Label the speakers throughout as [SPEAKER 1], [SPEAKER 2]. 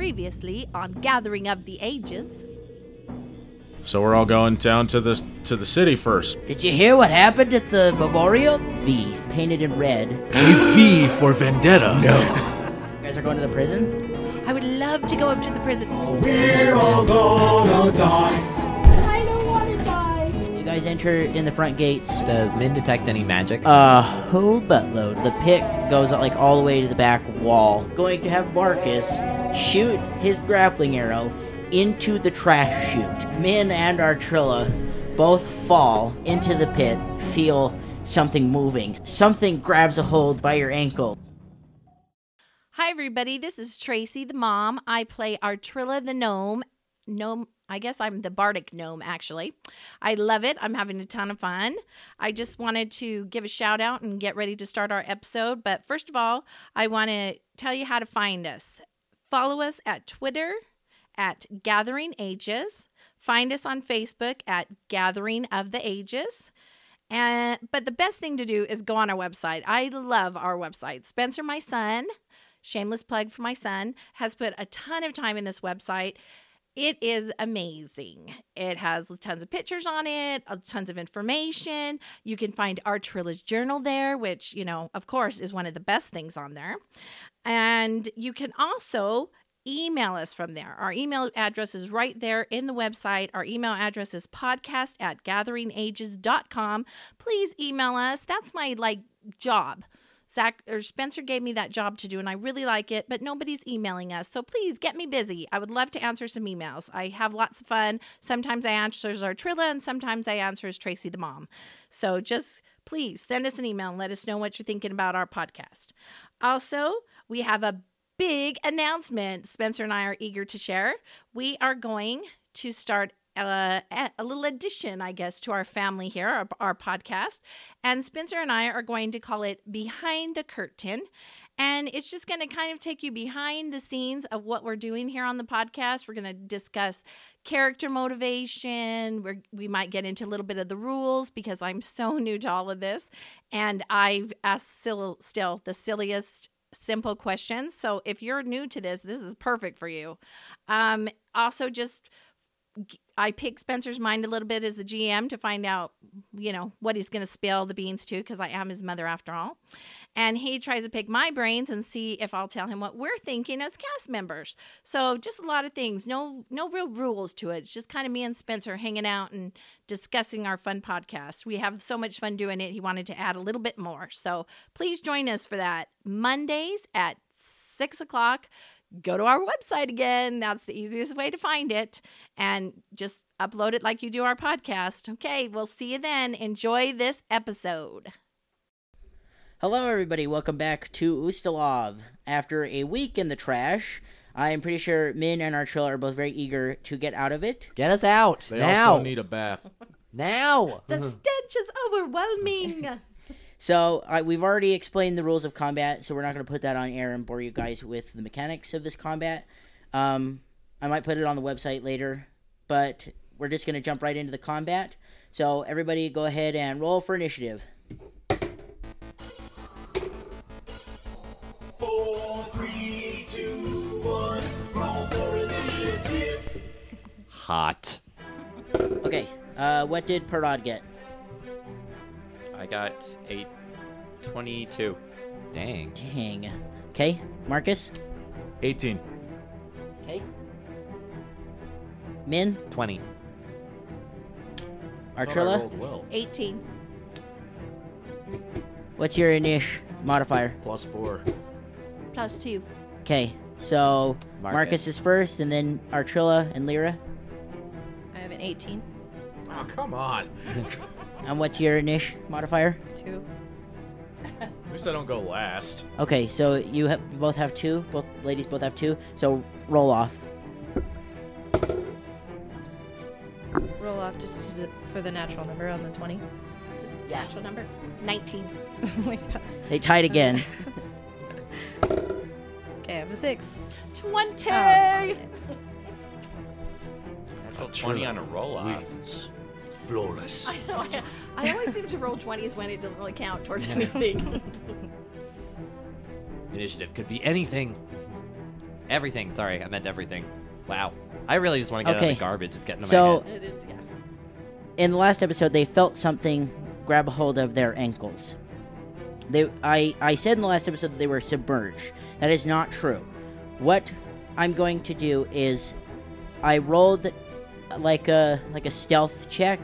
[SPEAKER 1] previously on Gathering of the Ages.
[SPEAKER 2] So we're all going down to the to the city first.
[SPEAKER 3] Did you hear what happened at the memorial? V, painted in red.
[SPEAKER 4] A V for Vendetta. No.
[SPEAKER 3] You guys are going to the prison?
[SPEAKER 1] I would love to go up to the prison.
[SPEAKER 5] I don't want to die.
[SPEAKER 3] You guys enter in the front gates.
[SPEAKER 6] Does Min detect any magic?
[SPEAKER 3] A whole buttload. The pit goes like all the way to the back wall. Going to have Marcus shoot his grappling arrow into the trash chute. Min and Artrilla both fall into the pit, feel something moving. Something grabs a hold by your ankle.
[SPEAKER 1] Hi, everybody. This is Tracy, the mom. I play Artrilla, the gnome. Gnome, I guess I'm the bardic gnome, actually. I love it. I'm having a ton of fun. I just wanted to give a shout out and get ready to start our episode. But first of all, I want to tell you how to find us. Follow us at Twitter at Gathering Ages. Find us on Facebook at Gathering of the Ages. And but the best thing to do is go on our website. I love our website. Spencer, my son, shameless plug for my son, has put a ton of time in this website. It is amazing. It has tons of pictures on it, uh, tons of information. You can find Artrilla's journal there, which, you know, of course, is one of the best things on there. And you can also email us from there. Our email address is right there in the website. Our email address is podcast at gatheringages.com. Please email us. That's my like job. Zach or Spencer gave me that job to do, and I really like it, but nobody's emailing us. So please get me busy. I would love to answer some emails. I have lots of fun. Sometimes I answer as Artrilla, and sometimes I answer as Tracy the mom. So just please send us an email and let us know what you're thinking about our podcast. Also, we have a big announcement Spencer and I are eager to share. We are going to start a, uh, a little addition, I guess, to our family here, our, our podcast. And Spencer and I are going to call it Behind the Curtain. And it's just going to kind of take you behind the scenes of what we're doing here on the podcast. We're going to discuss character motivation. We're, we might get into a little bit of the rules because I'm so new to all of this. And I've asked still, still the silliest, simple questions. So if you're new to this, this is perfect for you. Um, also, just I pick Spencer's mind a little bit as the GM to find out, you know, what he's going to spill the beans to because I am his mother after all. And he tries to pick my brains and see if I'll tell him what we're thinking as cast members. So just a lot of things, no no real rules to it. It's just kind of me and Spencer hanging out and discussing our fun podcast. We have so much fun doing it. He wanted to add a little bit more. So please join us for that Mondays at six o'clock go to our website again. That's the easiest way to find it. And just upload it like you do our podcast. Okay, we'll see you then. Enjoy this episode.
[SPEAKER 3] Hello, everybody. Welcome back to Ustalov. After a week in the trash, I am pretty sure Min and Artrilla are both very eager to get out of it.
[SPEAKER 6] Get us out
[SPEAKER 2] They
[SPEAKER 6] now!
[SPEAKER 2] also need a bath.
[SPEAKER 6] now!
[SPEAKER 1] The stench is overwhelming.
[SPEAKER 3] So I, we've already explained the rules of combat, so we're not going to put that on air and bore you guys with the mechanics of this combat. Um, I might put it on the website later, but we're just going to jump right into the combat. So everybody, go ahead and roll for initiative.
[SPEAKER 7] Hot.
[SPEAKER 3] Okay, uh, what did Parad get?
[SPEAKER 7] I got a 22.
[SPEAKER 6] Dang.
[SPEAKER 3] Dang. Okay, Marcus.
[SPEAKER 2] 18.
[SPEAKER 3] Okay. Min,
[SPEAKER 6] 20.
[SPEAKER 2] I
[SPEAKER 3] Artrilla,
[SPEAKER 2] rolled well.
[SPEAKER 1] 18.
[SPEAKER 3] what's your inish modifier?
[SPEAKER 4] Plus four.
[SPEAKER 1] Plus two.
[SPEAKER 3] Okay, so Marcus.
[SPEAKER 6] Marcus.
[SPEAKER 3] is first, and then Artrilla and Lyra.
[SPEAKER 8] I have an 18.
[SPEAKER 4] Oh, come on.
[SPEAKER 3] And what's your inish modifier?
[SPEAKER 8] Two.
[SPEAKER 2] At least I don't go last.
[SPEAKER 3] Okay, so you ha- you both have two. Both ladies both have two. So roll off.
[SPEAKER 8] Roll off just to, for the natural number on the 20.
[SPEAKER 1] Just natural number. 19.
[SPEAKER 8] oh my god.
[SPEAKER 3] They tied again.
[SPEAKER 8] Okay, I have a 6.
[SPEAKER 1] 20.
[SPEAKER 7] Natural 20 on a roll off.
[SPEAKER 4] Wins. Flawless.
[SPEAKER 1] I, know, I, I always seem to roll 20s when it doesn't really count towards anything.
[SPEAKER 6] Initiative could be anything.
[SPEAKER 7] Everything. Sorry, I meant everything. Wow. I really just want to get out
[SPEAKER 3] Okay.
[SPEAKER 7] of the garbage. It's getting in
[SPEAKER 3] So-
[SPEAKER 7] my head.
[SPEAKER 8] It is, yeah.
[SPEAKER 3] in the last episode they felt something grab a hold of their ankles they I, I said in the last episode that they were submerged that is not true what i'm going to do is i rolled like a like a stealth check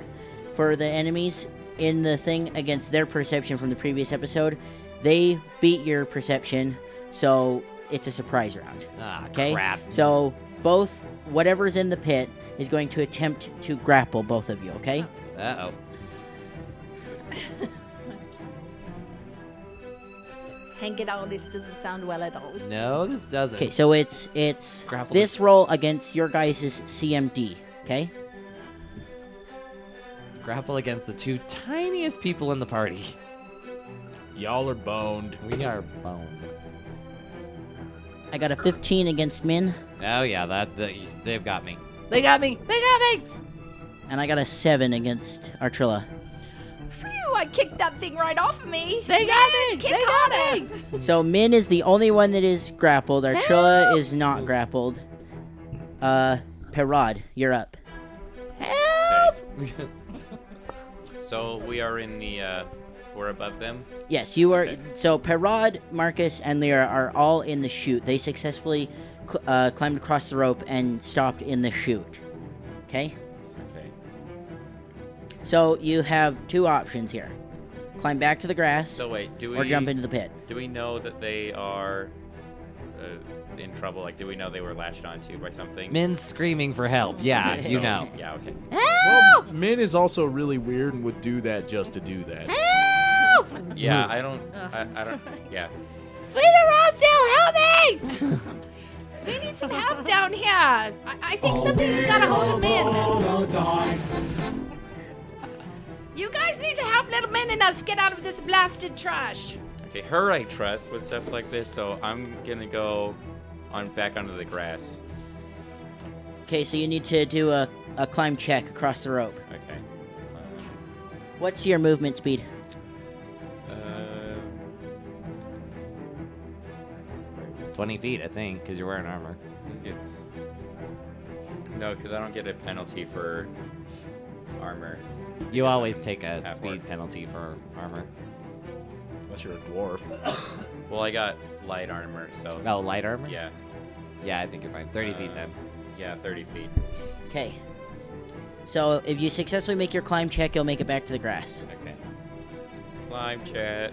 [SPEAKER 3] for the enemies in the thing against their perception from the previous episode they beat your perception so it's a surprise round
[SPEAKER 7] Ah,
[SPEAKER 3] okay
[SPEAKER 7] crap.
[SPEAKER 3] so both whatever's in the pit is going to attempt to grapple both of you okay
[SPEAKER 7] Uh oh.
[SPEAKER 1] Hank it all. This doesn't sound well at all.
[SPEAKER 7] No, this doesn't.
[SPEAKER 3] Okay, so it's it's
[SPEAKER 7] Grapple
[SPEAKER 3] this roll against your guys' CMD. Okay,
[SPEAKER 7] Grapple against the two tiniest people in the party.
[SPEAKER 2] Y'all are boned.
[SPEAKER 7] We are boned.
[SPEAKER 3] I got a 15 against Min,
[SPEAKER 7] Oh yeah, that, that they've got me.
[SPEAKER 6] They got me. They got me.
[SPEAKER 3] and I got a seven against Artrilla.
[SPEAKER 1] Phew, I kicked that thing right off of me.
[SPEAKER 6] They got me.
[SPEAKER 1] Kick
[SPEAKER 6] They
[SPEAKER 1] on
[SPEAKER 6] got
[SPEAKER 1] it.
[SPEAKER 6] me.
[SPEAKER 3] so Min is the only one that is grappled. Artrilla is not grappled. Uh, Perod, you're up.
[SPEAKER 7] So we are in the. Uh, we're above them.
[SPEAKER 3] Yes, you are.
[SPEAKER 7] Okay.
[SPEAKER 3] So Perod, Marcus, and Lyra are all in the chute. They successfully cl- uh, climbed across the rope and stopped in the chute. Okay.
[SPEAKER 7] Okay.
[SPEAKER 3] So you have two options here: climb back to the grass,
[SPEAKER 7] So wait, do we
[SPEAKER 3] or jump into the pit.
[SPEAKER 7] Do we know that they are uh, in trouble? Like, do we know they were latched onto by something?
[SPEAKER 6] Min's screaming for help. Yeah, you
[SPEAKER 7] So-
[SPEAKER 6] know.
[SPEAKER 7] Yeah. Okay.
[SPEAKER 2] Well, Min is also really weird and would do that just to do that.
[SPEAKER 7] Yeah, I don't. I, I don't. Yeah.
[SPEAKER 1] We need some help down here. I, I think something's got a hold of men. You guys need to help little men and us get out of this blasted trash.
[SPEAKER 7] Okay. Her I trust with stuff like this, so I'm gonna go on back onto the grass.
[SPEAKER 3] Okay, so you need to do a, a climb check across the rope.
[SPEAKER 7] Okay. Um,
[SPEAKER 3] What's your movement speed?
[SPEAKER 7] Uh,
[SPEAKER 6] Twenty feet, I think, because you're wearing armor.
[SPEAKER 7] I think it's no, because I don't get a penalty for armor.
[SPEAKER 6] You always take a
[SPEAKER 7] At
[SPEAKER 6] speed
[SPEAKER 7] work.
[SPEAKER 6] penalty for armor.
[SPEAKER 2] Unless you're a dwarf.
[SPEAKER 7] Well, I got light armor, so
[SPEAKER 6] Oh, light armor.
[SPEAKER 7] yeah,
[SPEAKER 6] Yeah, I think you're fine. Thirty feet
[SPEAKER 7] Uh,
[SPEAKER 6] then.
[SPEAKER 7] yeah, thirty feet.
[SPEAKER 3] Okay. So if you successfully make your climb check, you'll make it back to the grass.
[SPEAKER 7] Okay. Climb check.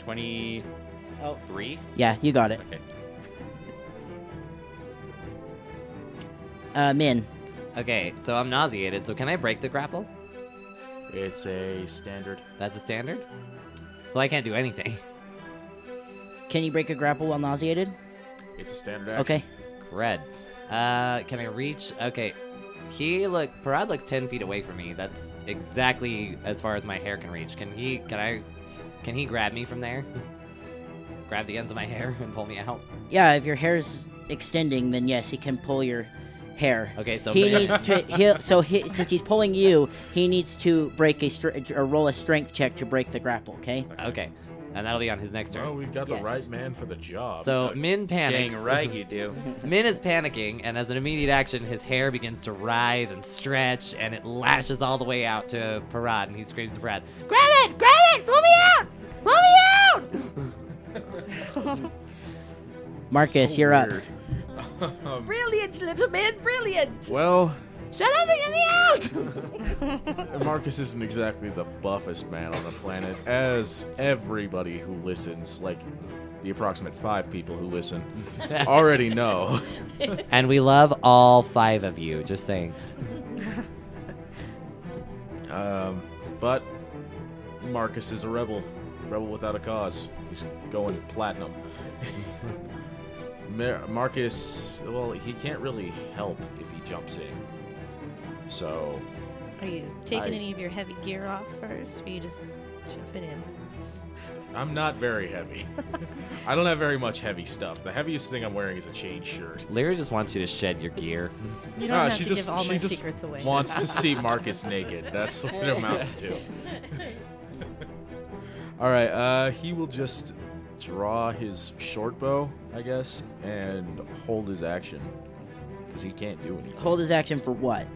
[SPEAKER 7] 23?
[SPEAKER 3] Oh, yeah, you got it.
[SPEAKER 7] Okay.
[SPEAKER 3] Uh, Min.
[SPEAKER 6] Okay, so I'm nauseated. So can I break the grapple?
[SPEAKER 2] It's a standard.
[SPEAKER 6] That's a standard. So I can't do anything.
[SPEAKER 3] Can you break a grapple while nauseated?
[SPEAKER 2] It's a standard action.
[SPEAKER 3] Okay.
[SPEAKER 6] Cred. Uh, can I reach? Okay. He look. Parad looks ten feet away from me. That's exactly as far as my hair can reach. Can he? Can I? Can he grab me from there? grab the ends of my hair and pull me out.
[SPEAKER 3] Yeah, if your hair's extending, then yes, he can pull your hair.
[SPEAKER 6] Okay, so
[SPEAKER 3] he
[SPEAKER 6] maybe-
[SPEAKER 3] needs to. He'll, so he, since he's pulling you, he needs to break a str- or roll a strength check to break the grapple. Okay.
[SPEAKER 6] Okay, and that'll be on his next turn.
[SPEAKER 2] Oh, we've got
[SPEAKER 3] Yes.
[SPEAKER 2] the right man for the job.
[SPEAKER 6] so
[SPEAKER 2] Okay.
[SPEAKER 6] Min panics.
[SPEAKER 7] Dang right you do.
[SPEAKER 6] Min is panicking, and as an immediate action, his hair begins to writhe and stretch, and it lashes all the way out to Parad, and he screams to Parad, "Grab it! Grab it! Pull me out! Pull me out!"
[SPEAKER 3] Marcus, you're up.
[SPEAKER 2] weird.
[SPEAKER 1] Brilliant, little men, brilliant.
[SPEAKER 2] Well,
[SPEAKER 1] Shut up and get me out.
[SPEAKER 2] Marcus isn't exactly the buffest man on the planet, as everybody who listens, like the approximate five people who listen, already know.
[SPEAKER 6] And we love all five of you. Just saying.
[SPEAKER 2] Um, but Marcus is a rebel, rebel without a cause. He's going platinum. Mar- Marcus, well, he can't really help if he jumps in. So
[SPEAKER 8] Are you taking any of your heavy gear off first, or are you just jumping in?
[SPEAKER 2] I'm not very heavy. I don't have very much heavy stuff. The heaviest thing I'm wearing is a chain shirt.
[SPEAKER 6] Lyra just wants you to shed your gear.
[SPEAKER 8] You don't
[SPEAKER 2] Ah,
[SPEAKER 8] have
[SPEAKER 2] she
[SPEAKER 8] to
[SPEAKER 2] just,
[SPEAKER 8] give all
[SPEAKER 2] she
[SPEAKER 8] my
[SPEAKER 2] just
[SPEAKER 8] secrets away.
[SPEAKER 2] wants to see Marcus naked. That's what it amounts to. All right. Uh, he will just draw his short bow, I guess, and hold his action because he can't do anything.
[SPEAKER 3] Hold his action for what?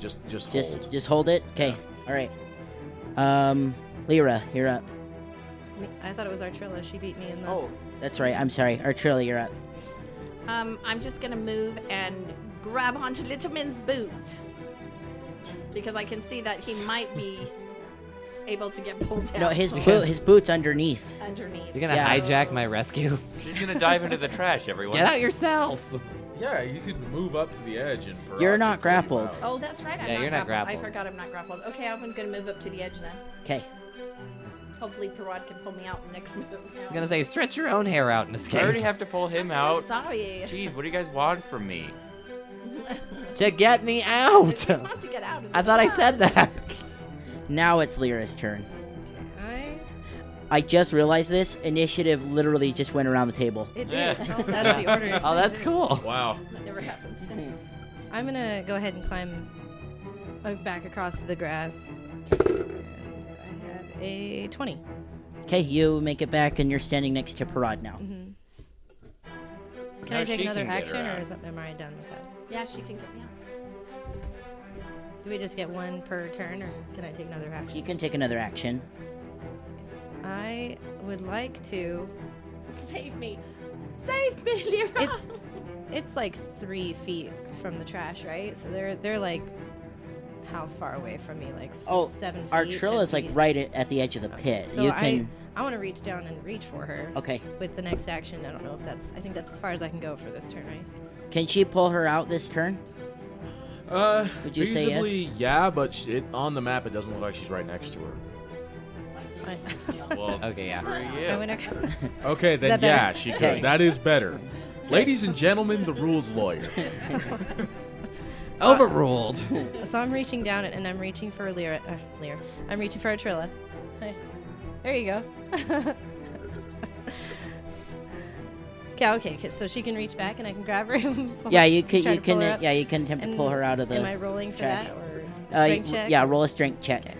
[SPEAKER 2] Just, just,
[SPEAKER 3] Just
[SPEAKER 2] hold.
[SPEAKER 3] just hold it? Okay. All right. Um Lyra, you're up.
[SPEAKER 8] Me- I thought it was Artrilla. She beat me in the.
[SPEAKER 3] That's right. I'm sorry. Artrilla, you're up.
[SPEAKER 1] Um, I'm just gonna move and grab onto Littleman's boot because I can see that he might be able to get pulled down.
[SPEAKER 3] No, his
[SPEAKER 1] so-
[SPEAKER 3] boot his boot's underneath.
[SPEAKER 1] underneath.
[SPEAKER 6] You're gonna
[SPEAKER 3] Yeah.
[SPEAKER 6] hijack my rescue.
[SPEAKER 7] She's gonna dive into the trash, everyone.
[SPEAKER 6] Get out yourself.
[SPEAKER 2] Yeah, you could move up to the edge and.
[SPEAKER 3] You're not grappled.
[SPEAKER 2] prerogatively mount.
[SPEAKER 1] Oh, that's right. I'm
[SPEAKER 6] Yeah,
[SPEAKER 1] not
[SPEAKER 6] you're not
[SPEAKER 1] grappled. I
[SPEAKER 6] grappled.
[SPEAKER 1] forgot I'm not grappled. Okay, I'm gonna move up to the edge then.
[SPEAKER 3] Okay.
[SPEAKER 1] Hopefully, Parad can pull me out next move.
[SPEAKER 6] He's gonna say, stretch your own hair out and
[SPEAKER 7] I
[SPEAKER 6] escape.
[SPEAKER 7] already have to pull him
[SPEAKER 1] I'm
[SPEAKER 7] out.
[SPEAKER 1] So sorry.
[SPEAKER 7] Jeez, what do you guys want from me?
[SPEAKER 6] to get me out.
[SPEAKER 1] It's not to get out of
[SPEAKER 6] I thought I
[SPEAKER 1] this.
[SPEAKER 6] said that.
[SPEAKER 3] Now it's Lyra's turn.
[SPEAKER 8] I.
[SPEAKER 3] I just realized this initiative literally just went around the table.
[SPEAKER 8] It did.
[SPEAKER 7] Yeah.
[SPEAKER 8] Oh, that's the order.
[SPEAKER 6] Oh, that's cool.
[SPEAKER 2] Wow.
[SPEAKER 1] That never happens.
[SPEAKER 8] I'm gonna go ahead and climb uh, back across the grass. And I have a 20.
[SPEAKER 3] Okay, you make it back and you're standing next to Parad now.
[SPEAKER 8] Can
[SPEAKER 7] No,
[SPEAKER 8] I take
[SPEAKER 7] she
[SPEAKER 8] another
[SPEAKER 7] can get her
[SPEAKER 8] action, or
[SPEAKER 7] out.
[SPEAKER 8] is that, am I done with that?
[SPEAKER 1] yeah, she can get me out.
[SPEAKER 8] Do we just get one per turn, or can I take another action?
[SPEAKER 3] You can take another action.
[SPEAKER 8] I would like to.
[SPEAKER 1] Save me. Save me, Lyra.
[SPEAKER 8] It's it's like three feet from the trash, right? So they're they're like how far away from me? Like f-
[SPEAKER 3] Oh,
[SPEAKER 8] seven feet.
[SPEAKER 3] Artrilla's like right at, at the edge of the
[SPEAKER 8] Okay,
[SPEAKER 3] pit.
[SPEAKER 8] So
[SPEAKER 3] you
[SPEAKER 8] I
[SPEAKER 3] can
[SPEAKER 8] I want to reach down and reach for her.
[SPEAKER 3] Okay.
[SPEAKER 8] With the next action, I don't know if that's. I think that's as far as I can go for this turn, right?
[SPEAKER 3] Can she pull her out this turn?
[SPEAKER 2] Uh,
[SPEAKER 3] Would you say yes?
[SPEAKER 2] feasibly, Yeah, but sh- it, on the map it doesn't look like she's right next to her.
[SPEAKER 8] I,
[SPEAKER 7] Well,
[SPEAKER 6] Okay, yeah.
[SPEAKER 8] I wanna go-
[SPEAKER 2] Okay, then
[SPEAKER 8] that better?
[SPEAKER 2] yeah, she
[SPEAKER 3] Okay.
[SPEAKER 2] could. That is better. Ladies and gentlemen, the rules lawyer.
[SPEAKER 6] Overruled.
[SPEAKER 8] so I'm reaching down and I'm reaching for Lyra. Uh, Lyra. I'm reaching for Atrilla. Hi. There you go. yeah. Okay. 'kay, So she can reach back and I can grab her. and pull-
[SPEAKER 3] Yeah, you can.
[SPEAKER 8] try
[SPEAKER 3] You
[SPEAKER 8] to pull
[SPEAKER 3] can.
[SPEAKER 8] her
[SPEAKER 3] uh,
[SPEAKER 8] up.
[SPEAKER 3] Yeah, you can attempt to
[SPEAKER 8] And
[SPEAKER 3] pull her out of the.
[SPEAKER 8] Am I rolling for
[SPEAKER 3] trash.
[SPEAKER 8] that or
[SPEAKER 3] Uh,
[SPEAKER 8] strength
[SPEAKER 3] y-
[SPEAKER 8] check?
[SPEAKER 3] Yeah, roll a strength check.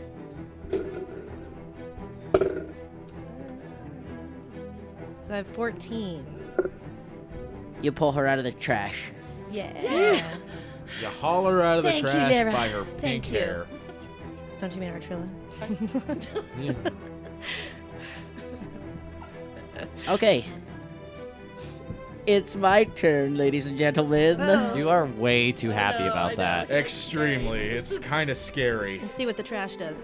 [SPEAKER 8] So I have 14.
[SPEAKER 3] You pull her out of the trash.
[SPEAKER 8] Yeah.
[SPEAKER 2] You haul her out of the
[SPEAKER 1] Thank you,
[SPEAKER 2] trash
[SPEAKER 1] Lyra.
[SPEAKER 2] by her
[SPEAKER 1] Thank
[SPEAKER 2] pink
[SPEAKER 1] you.
[SPEAKER 2] hair.
[SPEAKER 8] Don't you mean Artrilla?
[SPEAKER 3] Okay. It's my turn, ladies and gentlemen.
[SPEAKER 6] You are way too happy about that.
[SPEAKER 2] Extremely. It's kind of scary.
[SPEAKER 8] Let's see what the trash does.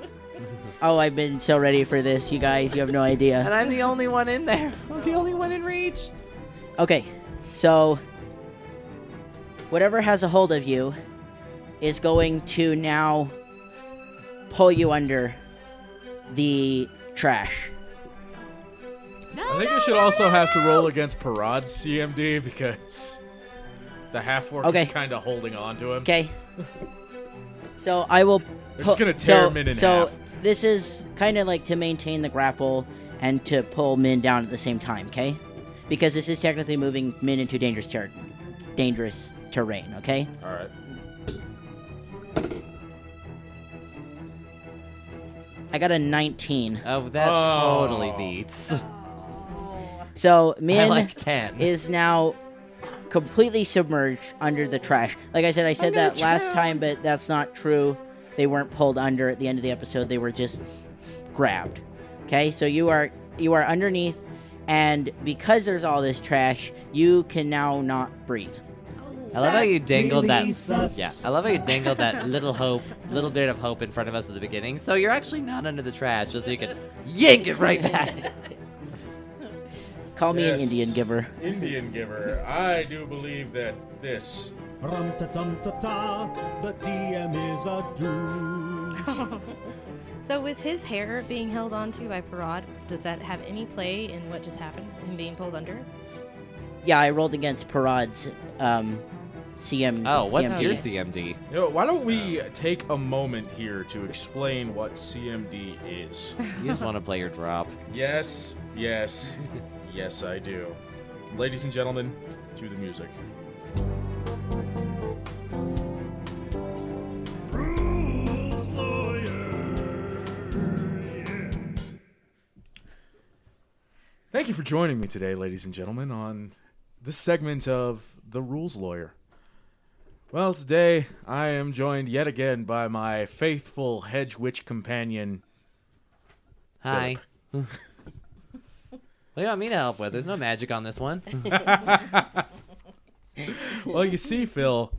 [SPEAKER 3] Oh, I've been so ready for this, you guys. You have no idea.
[SPEAKER 6] And I'm the only one in there. I'm the only one in reach.
[SPEAKER 3] Okay, so whatever has a hold of you is going to now pull you under the trash.
[SPEAKER 2] I think I should also have to roll against Parad's CMD because the half orc
[SPEAKER 3] Okay.
[SPEAKER 2] is kind of holding on to him.
[SPEAKER 3] Okay. So I will.
[SPEAKER 2] They're
[SPEAKER 3] pu-
[SPEAKER 2] just gonna tear
[SPEAKER 3] so,
[SPEAKER 2] Min in
[SPEAKER 3] so
[SPEAKER 2] half.
[SPEAKER 3] this is kind of like to maintain the grapple and to pull Min down at the same time, okay? Because this is technically moving Min into dangerous ter- dangerous terrain, okay?
[SPEAKER 2] All right.
[SPEAKER 3] I got a 19.
[SPEAKER 6] Oh, that
[SPEAKER 2] Oh.
[SPEAKER 6] totally beats.
[SPEAKER 3] So
[SPEAKER 6] I
[SPEAKER 3] Min
[SPEAKER 6] like 10.
[SPEAKER 3] is now completely submerged under the trash. Like I said, I said that last time, but that's not true. They weren't pulled under at the end of the episode. They were just grabbed. Okay, so you are you are underneath, and because there's all this trash, you can now not breathe.
[SPEAKER 6] I love how you dangled that. Yeah, I love how you dangled that little hope, little bit of hope in front of us at the beginning. So you're actually not under the trash, just so you can yank it right back.
[SPEAKER 3] Call me an
[SPEAKER 2] Yes.
[SPEAKER 3] Indian giver.
[SPEAKER 2] Indian giver. I do believe that this.
[SPEAKER 9] Rum ta tum ta ta, the DM is a douche.
[SPEAKER 8] So, with his hair being held onto by Parad, does that have any play in what just happened? Him being pulled under?
[SPEAKER 3] Yeah, I rolled against Parad's um, CM.
[SPEAKER 6] Oh, what's
[SPEAKER 3] CMD.
[SPEAKER 6] your CMD?
[SPEAKER 2] You know, why don't we take a moment here to explain what CMD is?
[SPEAKER 6] You just want to play your drop.
[SPEAKER 2] yes, yes, yes, I do. Ladies and gentlemen, to the music. Thank you for joining me today, ladies and gentlemen, on this segment of The Rules Lawyer. Well, today I am joined yet again by my faithful hedge witch companion.
[SPEAKER 6] Hi. what do you want me to help with? There's no magic on this one.
[SPEAKER 2] Well, you see, Phil,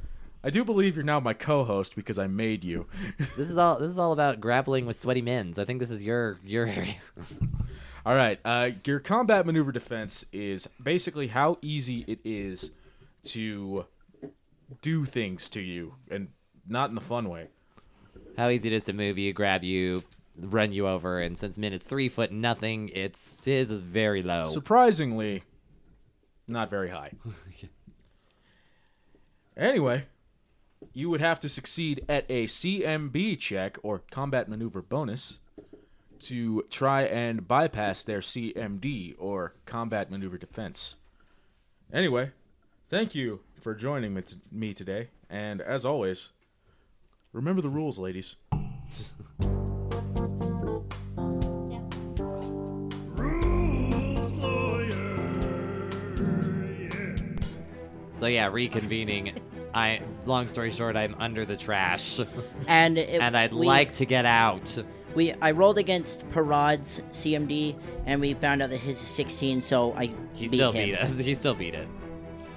[SPEAKER 2] I do believe you're now my co-host because I made you.
[SPEAKER 6] this is all. This is all about grappling with sweaty men's. I think this is your your area.
[SPEAKER 2] All right. Uh, your combat maneuver defense is basically how easy it is to do things to you, and not in the fun way.
[SPEAKER 6] How easy it is to move you, grab you, run you over, and since men is three foot nothing, it's his is very low.
[SPEAKER 2] Surprisingly, not very high. anyway, you would have to succeed at a CMB check or combat maneuver bonus to try and bypass their CMD or combat maneuver defense. Anyway, thank you for joining me, t- me today, and as always, remember the rules, ladies.
[SPEAKER 6] so yeah, reconvening. I long story short, I'm under the trash,
[SPEAKER 3] And it,
[SPEAKER 6] and I'd
[SPEAKER 3] we-
[SPEAKER 6] like to get out.
[SPEAKER 3] We I rolled against Parad's CMD, and we found out that his is 16, so I
[SPEAKER 6] He
[SPEAKER 3] beat
[SPEAKER 6] still
[SPEAKER 3] him.
[SPEAKER 6] beat us. He still beat it.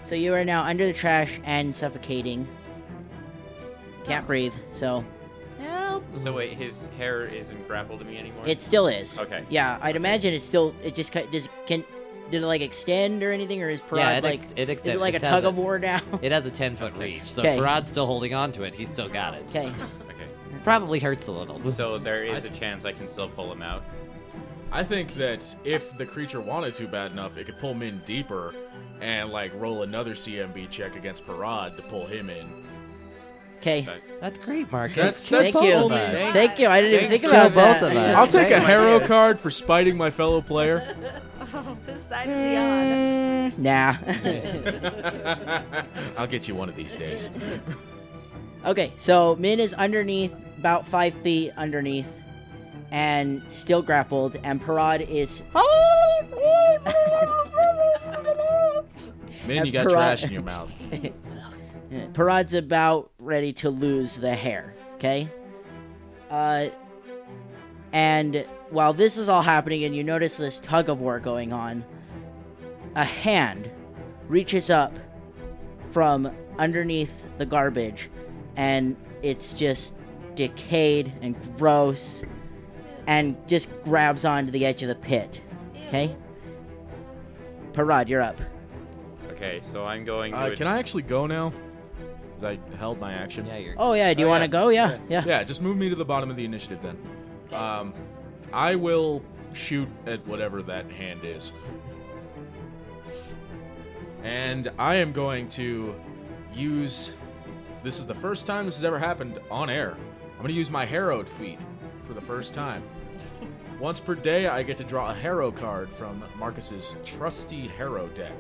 [SPEAKER 3] So you are now under the trash and suffocating. Can't breathe, so
[SPEAKER 1] Help.
[SPEAKER 7] So wait, his hair isn't grappled to me anymore.
[SPEAKER 3] Mm. it still is.
[SPEAKER 7] Okay.
[SPEAKER 3] Yeah, I'd imagine it's still. It just cut- does. Can did it like extend or anything, or is Parad
[SPEAKER 6] Yeah, it
[SPEAKER 3] like?
[SPEAKER 6] ex- it
[SPEAKER 3] is
[SPEAKER 6] extend-
[SPEAKER 3] it like
[SPEAKER 6] it
[SPEAKER 3] a
[SPEAKER 6] does
[SPEAKER 3] tug of
[SPEAKER 6] it.
[SPEAKER 3] war now?
[SPEAKER 6] It has a ten foot reach, so
[SPEAKER 3] Okay.
[SPEAKER 6] Brad's still holding on to it. He's still got it.
[SPEAKER 3] okay.
[SPEAKER 7] okay.
[SPEAKER 6] Probably hurts a little.
[SPEAKER 7] So there is a chance I can still pull him out.
[SPEAKER 2] I think that if the creature wanted to bad enough, it could pull him in deeper and like roll another CMB check against Parad to pull him in.
[SPEAKER 3] Okay.
[SPEAKER 7] But-
[SPEAKER 6] That's great, Marcus.
[SPEAKER 2] That's-
[SPEAKER 6] Kill
[SPEAKER 2] that's
[SPEAKER 3] Thank
[SPEAKER 6] both
[SPEAKER 3] you.
[SPEAKER 6] of us.
[SPEAKER 2] Thanks.
[SPEAKER 3] Thank you. I didn't even
[SPEAKER 2] Thanks
[SPEAKER 3] think
[SPEAKER 6] to
[SPEAKER 3] about
[SPEAKER 6] both
[SPEAKER 3] that.
[SPEAKER 6] of us.
[SPEAKER 2] I'll
[SPEAKER 3] That's
[SPEAKER 2] take a
[SPEAKER 3] great.
[SPEAKER 2] hero card for spiting my fellow player.
[SPEAKER 1] Whose side is he on?
[SPEAKER 2] Mm.
[SPEAKER 3] Nah.
[SPEAKER 2] I'll get you one of these days.
[SPEAKER 3] Okay, so Min is underneath, about five feet underneath, and still grappled, and Parad is.
[SPEAKER 2] Man, you got
[SPEAKER 3] Parad-
[SPEAKER 2] trash in your mouth.
[SPEAKER 3] Parad's about ready to lose the hair, okay? Uh, and while this is all happening, and you notice this tug of war going on, a hand reaches up from underneath the garbage, and it's just decayed and gross, and just grabs onto the edge of the pit, okay? Parad, you're up.
[SPEAKER 7] Okay, so I'm going.
[SPEAKER 2] Uh,
[SPEAKER 7] to
[SPEAKER 2] can I actually go now? 'Cause I held my action.
[SPEAKER 6] Yeah, you're.
[SPEAKER 3] Oh, yeah, do you
[SPEAKER 2] Oh,
[SPEAKER 3] want to
[SPEAKER 2] yeah.
[SPEAKER 3] go? Yeah, yeah.
[SPEAKER 2] Yeah, just move me to the bottom of the initiative then. Um, I will shoot at whatever that hand is. And I am going to use. This is the first time this has ever happened on air. I'm going to use my Harrowed feat for the first time. Once per day, I get to draw a Harrow card from Marcus's trusty Harrow deck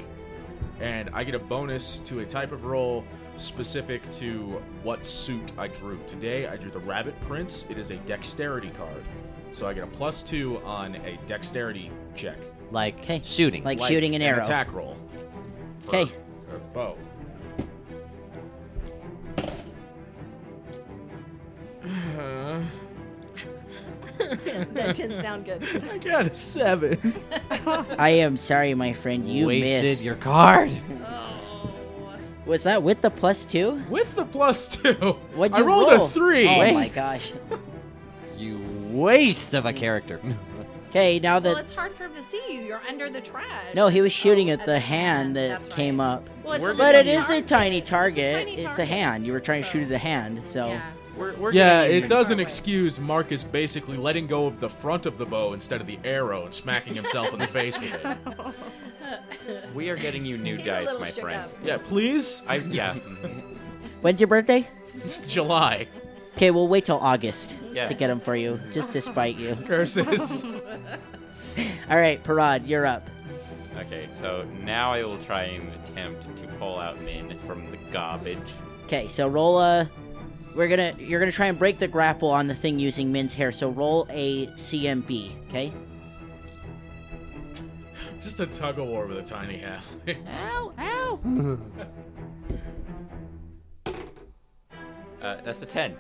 [SPEAKER 2] and I get a bonus to a type of roll specific to what suit I drew. Today I drew the Rabbit Prince. It is a dexterity card. So I get a plus two on a dexterity check.
[SPEAKER 6] Like
[SPEAKER 3] 'Kay.
[SPEAKER 6] shooting.
[SPEAKER 3] Like shooting an arrow.
[SPEAKER 2] attack roll. for-
[SPEAKER 3] 'Kay.
[SPEAKER 2] or bow.
[SPEAKER 1] That didn't sound good.
[SPEAKER 2] I got a seven.
[SPEAKER 3] I am sorry, my friend. You
[SPEAKER 6] wasted
[SPEAKER 3] missed. Oh.
[SPEAKER 6] your card.
[SPEAKER 3] Was that with the plus two?
[SPEAKER 2] With the plus two,
[SPEAKER 3] What'd
[SPEAKER 2] I
[SPEAKER 3] you
[SPEAKER 2] rolled
[SPEAKER 3] roll?
[SPEAKER 2] a three.
[SPEAKER 3] Oh my
[SPEAKER 6] Waste.
[SPEAKER 3] gosh.
[SPEAKER 6] You waste of a character.
[SPEAKER 3] Okay, now
[SPEAKER 1] Well,
[SPEAKER 3] that
[SPEAKER 1] it's hard for him to see you. You're under the trash.
[SPEAKER 3] no, he was shooting
[SPEAKER 1] Oh,
[SPEAKER 3] at the hand that
[SPEAKER 1] that's
[SPEAKER 3] came
[SPEAKER 1] right.
[SPEAKER 3] up.
[SPEAKER 1] Well, it's a
[SPEAKER 7] We're-
[SPEAKER 1] little
[SPEAKER 3] But it is a
[SPEAKER 1] target.
[SPEAKER 3] tiny
[SPEAKER 1] It's a
[SPEAKER 3] target. It's a,
[SPEAKER 1] tiny target.
[SPEAKER 3] hand. You were trying to shoot at a hand, so
[SPEAKER 1] Yeah.
[SPEAKER 7] We're, we're
[SPEAKER 2] Yeah,
[SPEAKER 7] getting-
[SPEAKER 2] it doesn't
[SPEAKER 1] away.
[SPEAKER 2] excuse Marcus basically letting go of the front of the bow instead of the arrow and smacking himself in the face with it.
[SPEAKER 7] We are getting you new
[SPEAKER 1] He's a
[SPEAKER 7] dice,
[SPEAKER 1] little
[SPEAKER 7] my
[SPEAKER 1] shook
[SPEAKER 7] friend.
[SPEAKER 1] up.
[SPEAKER 2] Yeah, please.
[SPEAKER 7] I yeah. mhm.
[SPEAKER 3] when's your birthday?
[SPEAKER 2] July.
[SPEAKER 3] Okay, we'll wait till August
[SPEAKER 7] Yeah.
[SPEAKER 3] to get them for you, just to spite you.
[SPEAKER 2] Curses.
[SPEAKER 3] All right, Parad, you're up.
[SPEAKER 7] Okay, so now I will try and attempt to pull out Min from the garbage.
[SPEAKER 3] Okay, so roll a. We're gonna you're gonna try and break the grapple on the thing using Min's hair. So roll a CMB. Okay.
[SPEAKER 2] Just a tug of war with a tiny halfling.
[SPEAKER 1] Ow, ow.
[SPEAKER 7] Uh, that's a 10.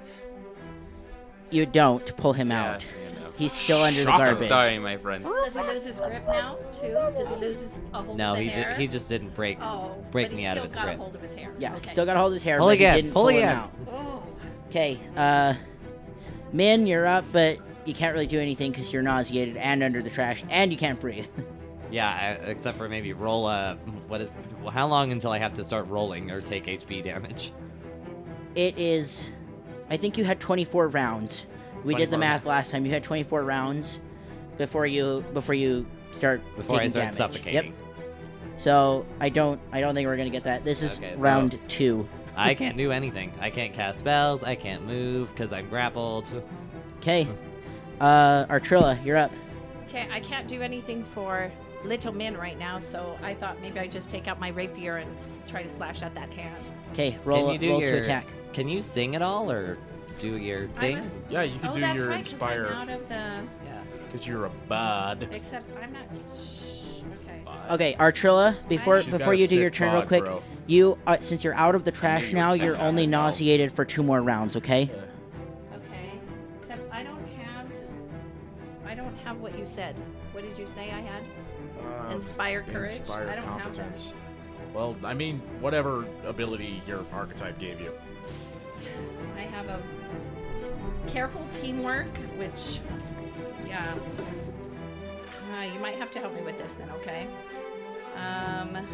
[SPEAKER 3] You don't pull him out.
[SPEAKER 7] Yeah, yeah, no.
[SPEAKER 3] He's still under
[SPEAKER 2] Shocker.
[SPEAKER 3] the garbage.
[SPEAKER 7] Sorry, my friend.
[SPEAKER 10] Does he lose his grip now too? Does he lose his, a hold
[SPEAKER 6] No,
[SPEAKER 10] of the
[SPEAKER 6] he,
[SPEAKER 10] hair?
[SPEAKER 6] ju- he just didn't break
[SPEAKER 10] oh,
[SPEAKER 6] break
[SPEAKER 10] but
[SPEAKER 6] me
[SPEAKER 10] he
[SPEAKER 6] out
[SPEAKER 10] still
[SPEAKER 6] of its
[SPEAKER 10] got
[SPEAKER 6] grip.
[SPEAKER 10] a hold of his hair.
[SPEAKER 3] Yeah,
[SPEAKER 10] okay.
[SPEAKER 3] he still got a hold of his hair,
[SPEAKER 6] Pull
[SPEAKER 3] but
[SPEAKER 6] again,
[SPEAKER 3] he didn't
[SPEAKER 6] pull
[SPEAKER 3] pull him
[SPEAKER 6] again.
[SPEAKER 3] out.
[SPEAKER 10] Oh,
[SPEAKER 3] Okay, uh, Min, you're up, but you can't really do anything because you're nauseated and under the trash, and you can't breathe.
[SPEAKER 6] Yeah, I, except for maybe roll a what is well, how long until I have to start rolling or take HP damage?
[SPEAKER 3] It is, I think you had 24 rounds. We did the
[SPEAKER 6] 24
[SPEAKER 3] math last time. You had 24 rounds before you before you start
[SPEAKER 6] Before I
[SPEAKER 3] taking
[SPEAKER 6] start
[SPEAKER 3] damage.
[SPEAKER 6] suffocating.
[SPEAKER 3] Yep. So I don't I don't think we're gonna get that. This is
[SPEAKER 6] Okay, so-
[SPEAKER 3] round two.
[SPEAKER 6] I can't do anything. I can't cast spells. I can't move because I'm grappled.
[SPEAKER 3] Okay, uh, Artrilla, you're up.
[SPEAKER 1] Okay, I can't do anything for little men right now, so I thought maybe I'd just take out my rapier and s- try to slash at that hand.
[SPEAKER 3] Okay, roll
[SPEAKER 6] can you do
[SPEAKER 3] roll
[SPEAKER 6] your
[SPEAKER 3] to attack.
[SPEAKER 6] Can you sing at all or do your
[SPEAKER 1] I
[SPEAKER 6] thing?
[SPEAKER 1] was,
[SPEAKER 2] Yeah, you can
[SPEAKER 1] oh,
[SPEAKER 2] do
[SPEAKER 1] that's
[SPEAKER 2] your
[SPEAKER 1] right, 'cause I'm
[SPEAKER 2] inspire
[SPEAKER 1] out of the.
[SPEAKER 6] Yeah.
[SPEAKER 2] because you're a bud.
[SPEAKER 1] Except I'm not. Shh, okay.
[SPEAKER 3] Okay, Artrilla, before
[SPEAKER 2] She's got
[SPEAKER 3] before
[SPEAKER 2] a
[SPEAKER 3] you do
[SPEAKER 2] sick
[SPEAKER 3] your turn, real
[SPEAKER 2] bod,
[SPEAKER 3] quick,
[SPEAKER 2] bro.
[SPEAKER 3] you uh, since you're out of the trash
[SPEAKER 7] you
[SPEAKER 3] now,
[SPEAKER 7] were checking
[SPEAKER 3] you're
[SPEAKER 7] out
[SPEAKER 3] only
[SPEAKER 7] that belt.
[SPEAKER 3] nauseated for two more rounds. Okay.
[SPEAKER 1] Okay. Except I don't have. I don't have what you said. What did you say I had? Inspire courage.
[SPEAKER 2] Uh, Inspire
[SPEAKER 1] I don't
[SPEAKER 2] competence. Well, I mean, whatever ability your archetype gave you.
[SPEAKER 1] have that. I have a careful teamwork, which, yeah. Uh, you might have to help me with this then, okay? Um.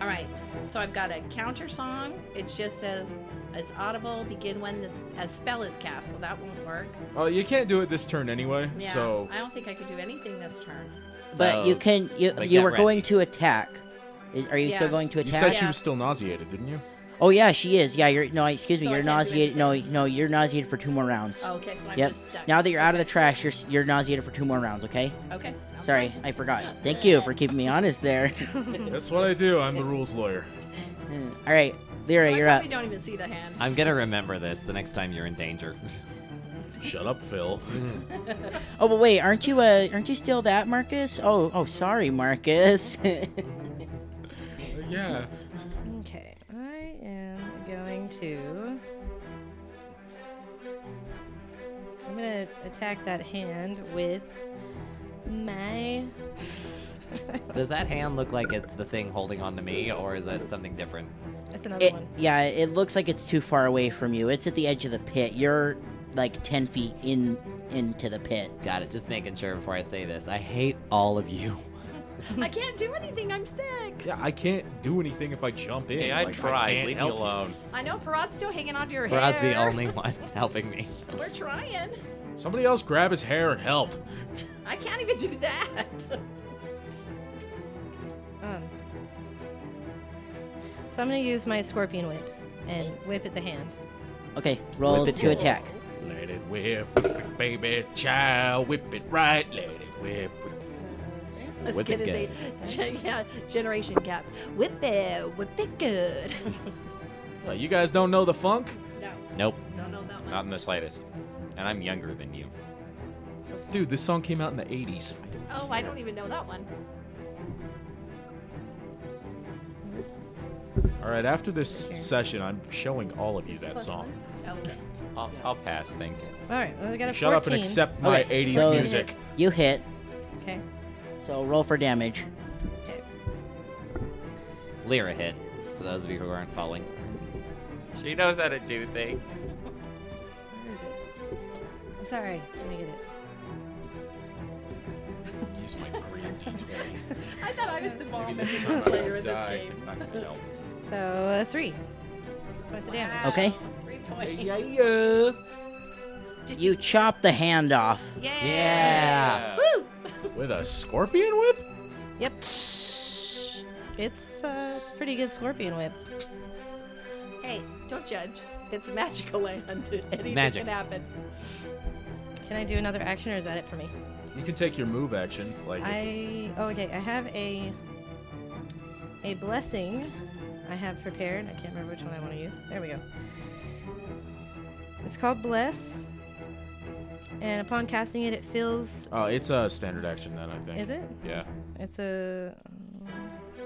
[SPEAKER 1] All right. So I've got a counter song. It just says it's audible. Begin when this a spell is cast. So that won't work.
[SPEAKER 2] Oh, you can't do it this turn anyway.
[SPEAKER 1] Yeah.
[SPEAKER 2] So
[SPEAKER 1] I don't think I could do anything this turn.
[SPEAKER 3] But you
[SPEAKER 6] So,
[SPEAKER 3] can you
[SPEAKER 6] they
[SPEAKER 3] you
[SPEAKER 6] get
[SPEAKER 3] were
[SPEAKER 6] ready.
[SPEAKER 3] going to attack. Is, are you still
[SPEAKER 1] Yeah.
[SPEAKER 3] going to
[SPEAKER 2] you
[SPEAKER 3] attack?
[SPEAKER 2] said she
[SPEAKER 1] Yeah.
[SPEAKER 2] was still nauseated, didn't you?
[SPEAKER 3] Oh yeah, she is. Yeah, you're no. Excuse me.
[SPEAKER 1] So I
[SPEAKER 3] you're
[SPEAKER 1] can't do
[SPEAKER 3] nauseated. No, no. You're nauseated for two more rounds.
[SPEAKER 1] Okay, so I'm
[SPEAKER 3] yep.
[SPEAKER 1] just stuck.
[SPEAKER 3] Now that you're out of the trash, you're s- you're nauseated for two more rounds. Okay.
[SPEAKER 1] okay, sounds
[SPEAKER 3] Sorry, I forgot. Thank you for keeping me honest there.
[SPEAKER 2] That's what I do. I'm the rules lawyer.
[SPEAKER 3] All right, Lyra,
[SPEAKER 1] So I
[SPEAKER 3] you're up.
[SPEAKER 1] probably don't even see the hand.
[SPEAKER 6] I'm gonna remember this the next time you're in danger.
[SPEAKER 2] Shut up, Phil.
[SPEAKER 3] Oh, but wait, aren't you uh aren't you still that Marcus? Oh, oh, sorry, Marcus.
[SPEAKER 2] Uh, yeah.
[SPEAKER 8] Okay, I am going to. I'm gonna attack that hand with my.
[SPEAKER 6] Does that hand look like it's the thing holding on to me, or is it something different?
[SPEAKER 8] That's another
[SPEAKER 3] It,
[SPEAKER 8] one.
[SPEAKER 3] yeah, it looks like it's too far away from you. It's at the edge of the pit. You're like ten feet in into the pit.
[SPEAKER 6] Got it. Just making sure before I say this. I hate all of you.
[SPEAKER 1] I can't do anything. I'm sick.
[SPEAKER 2] Yeah, I can't do anything if I jump in.
[SPEAKER 7] Hey, I
[SPEAKER 2] Like,
[SPEAKER 7] tried.
[SPEAKER 2] can't
[SPEAKER 7] Leave me
[SPEAKER 2] help you.
[SPEAKER 7] alone.
[SPEAKER 1] I know Parad's still hanging onto your hair.
[SPEAKER 6] Rod's the only one helping me.
[SPEAKER 1] We're trying.
[SPEAKER 2] Somebody else grab his hair and help.
[SPEAKER 1] I can't even do that.
[SPEAKER 8] Um, so I'm gonna use my scorpion whip and whip at the hand.
[SPEAKER 3] Okay, roll
[SPEAKER 6] Whip it
[SPEAKER 3] to
[SPEAKER 6] up.
[SPEAKER 3] attack.
[SPEAKER 2] Let it whip, whip it, baby child. Whip it right. Let it whip. whip it.
[SPEAKER 1] As
[SPEAKER 6] Whip
[SPEAKER 1] good
[SPEAKER 6] it
[SPEAKER 1] as a gen- yeah, generation gap. Whip it, whip it good.
[SPEAKER 2] Well, Uh, you guys don't know the funk?
[SPEAKER 1] no,
[SPEAKER 6] Nope.
[SPEAKER 1] don't know that one.
[SPEAKER 7] Not in the slightest. And I'm younger than you.
[SPEAKER 2] Dude, this song came out in the 80s.
[SPEAKER 1] oh, I don't even know that one.
[SPEAKER 2] All right, after this session, I'm showing all of you that song.
[SPEAKER 1] Okay.
[SPEAKER 7] I'll, I'll pass things.
[SPEAKER 8] All right, well, I got a
[SPEAKER 2] Shut
[SPEAKER 8] 14.
[SPEAKER 2] up and accept my
[SPEAKER 3] Okay,
[SPEAKER 2] 80s
[SPEAKER 3] so-
[SPEAKER 2] music.
[SPEAKER 3] You hit,
[SPEAKER 8] Okay.
[SPEAKER 3] so roll for damage.
[SPEAKER 8] Okay.
[SPEAKER 6] Lyra hit. So those of you who aren't following.
[SPEAKER 7] She knows how to do things.
[SPEAKER 8] Where is it? I'm sorry. Let me get it.
[SPEAKER 2] Use my green D20.
[SPEAKER 1] I thought I was the mom
[SPEAKER 7] Time
[SPEAKER 1] and
[SPEAKER 7] I
[SPEAKER 1] player
[SPEAKER 7] won't
[SPEAKER 1] in this
[SPEAKER 7] die.
[SPEAKER 1] game.
[SPEAKER 7] It's not gonna help.
[SPEAKER 8] So uh, three points of damage.
[SPEAKER 3] Okay.
[SPEAKER 1] Three points.
[SPEAKER 2] Yeah, yeah.
[SPEAKER 1] Did
[SPEAKER 3] You chop the hand off.
[SPEAKER 1] Yeah.
[SPEAKER 6] Yeah.
[SPEAKER 1] Woo.
[SPEAKER 2] With a scorpion whip?
[SPEAKER 8] Yep. It's uh, it's a pretty good scorpion whip.
[SPEAKER 1] Hey, don't judge. It's magical land. Anything
[SPEAKER 6] magic.
[SPEAKER 1] can happen.
[SPEAKER 8] Can I do another action, or is that it for me?
[SPEAKER 2] You can take your move action. Like, if-
[SPEAKER 8] I oh, okay. I have a a blessing I have prepared. I can't remember which one I want to use. There we go. It's called bless, and upon casting it, it fills.
[SPEAKER 2] oh, it's a uh, standard action then, I think.
[SPEAKER 8] Is it?
[SPEAKER 2] Yeah.
[SPEAKER 8] It's a.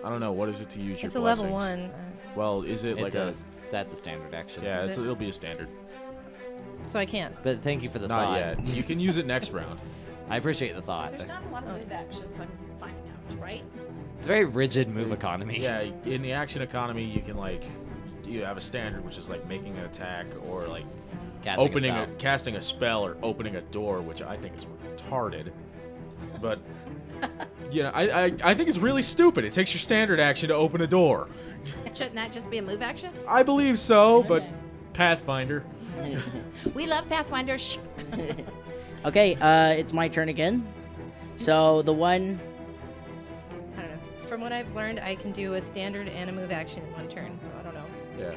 [SPEAKER 2] I don't know. What is it to use your
[SPEAKER 8] It's a level
[SPEAKER 2] blessings?
[SPEAKER 8] one, uh,
[SPEAKER 2] Well, is it like
[SPEAKER 6] It's
[SPEAKER 2] a,
[SPEAKER 6] a- that's a standard action.
[SPEAKER 2] Yeah,
[SPEAKER 8] Is
[SPEAKER 2] it's,
[SPEAKER 8] it?
[SPEAKER 2] it'll be a standard.
[SPEAKER 8] So I can't.
[SPEAKER 6] But thank you for the
[SPEAKER 2] Not
[SPEAKER 6] thought.
[SPEAKER 2] yet. You can use it next round.
[SPEAKER 6] I appreciate the thought.
[SPEAKER 1] There's not a lot of move actions I'm finding out, right?
[SPEAKER 6] It's a very rigid move economy.
[SPEAKER 2] Yeah, in the action economy, you can like you have a standard which is like making an attack or like
[SPEAKER 6] Casting a
[SPEAKER 2] opening
[SPEAKER 6] spell.
[SPEAKER 2] casting a spell or opening a door, which I think is retarded. But you know, I, I I think it's really stupid. It takes your standard action to open a door.
[SPEAKER 1] Shouldn't that just be a move action?
[SPEAKER 2] I believe so, but Pathfinder.
[SPEAKER 1] We love Pathfinder. Shh.
[SPEAKER 3] Okay, uh, it's my turn again. So the one,
[SPEAKER 8] I don't know. From what I've learned, I can do a standard and a move action in one turn, so I don't know.
[SPEAKER 2] Yeah.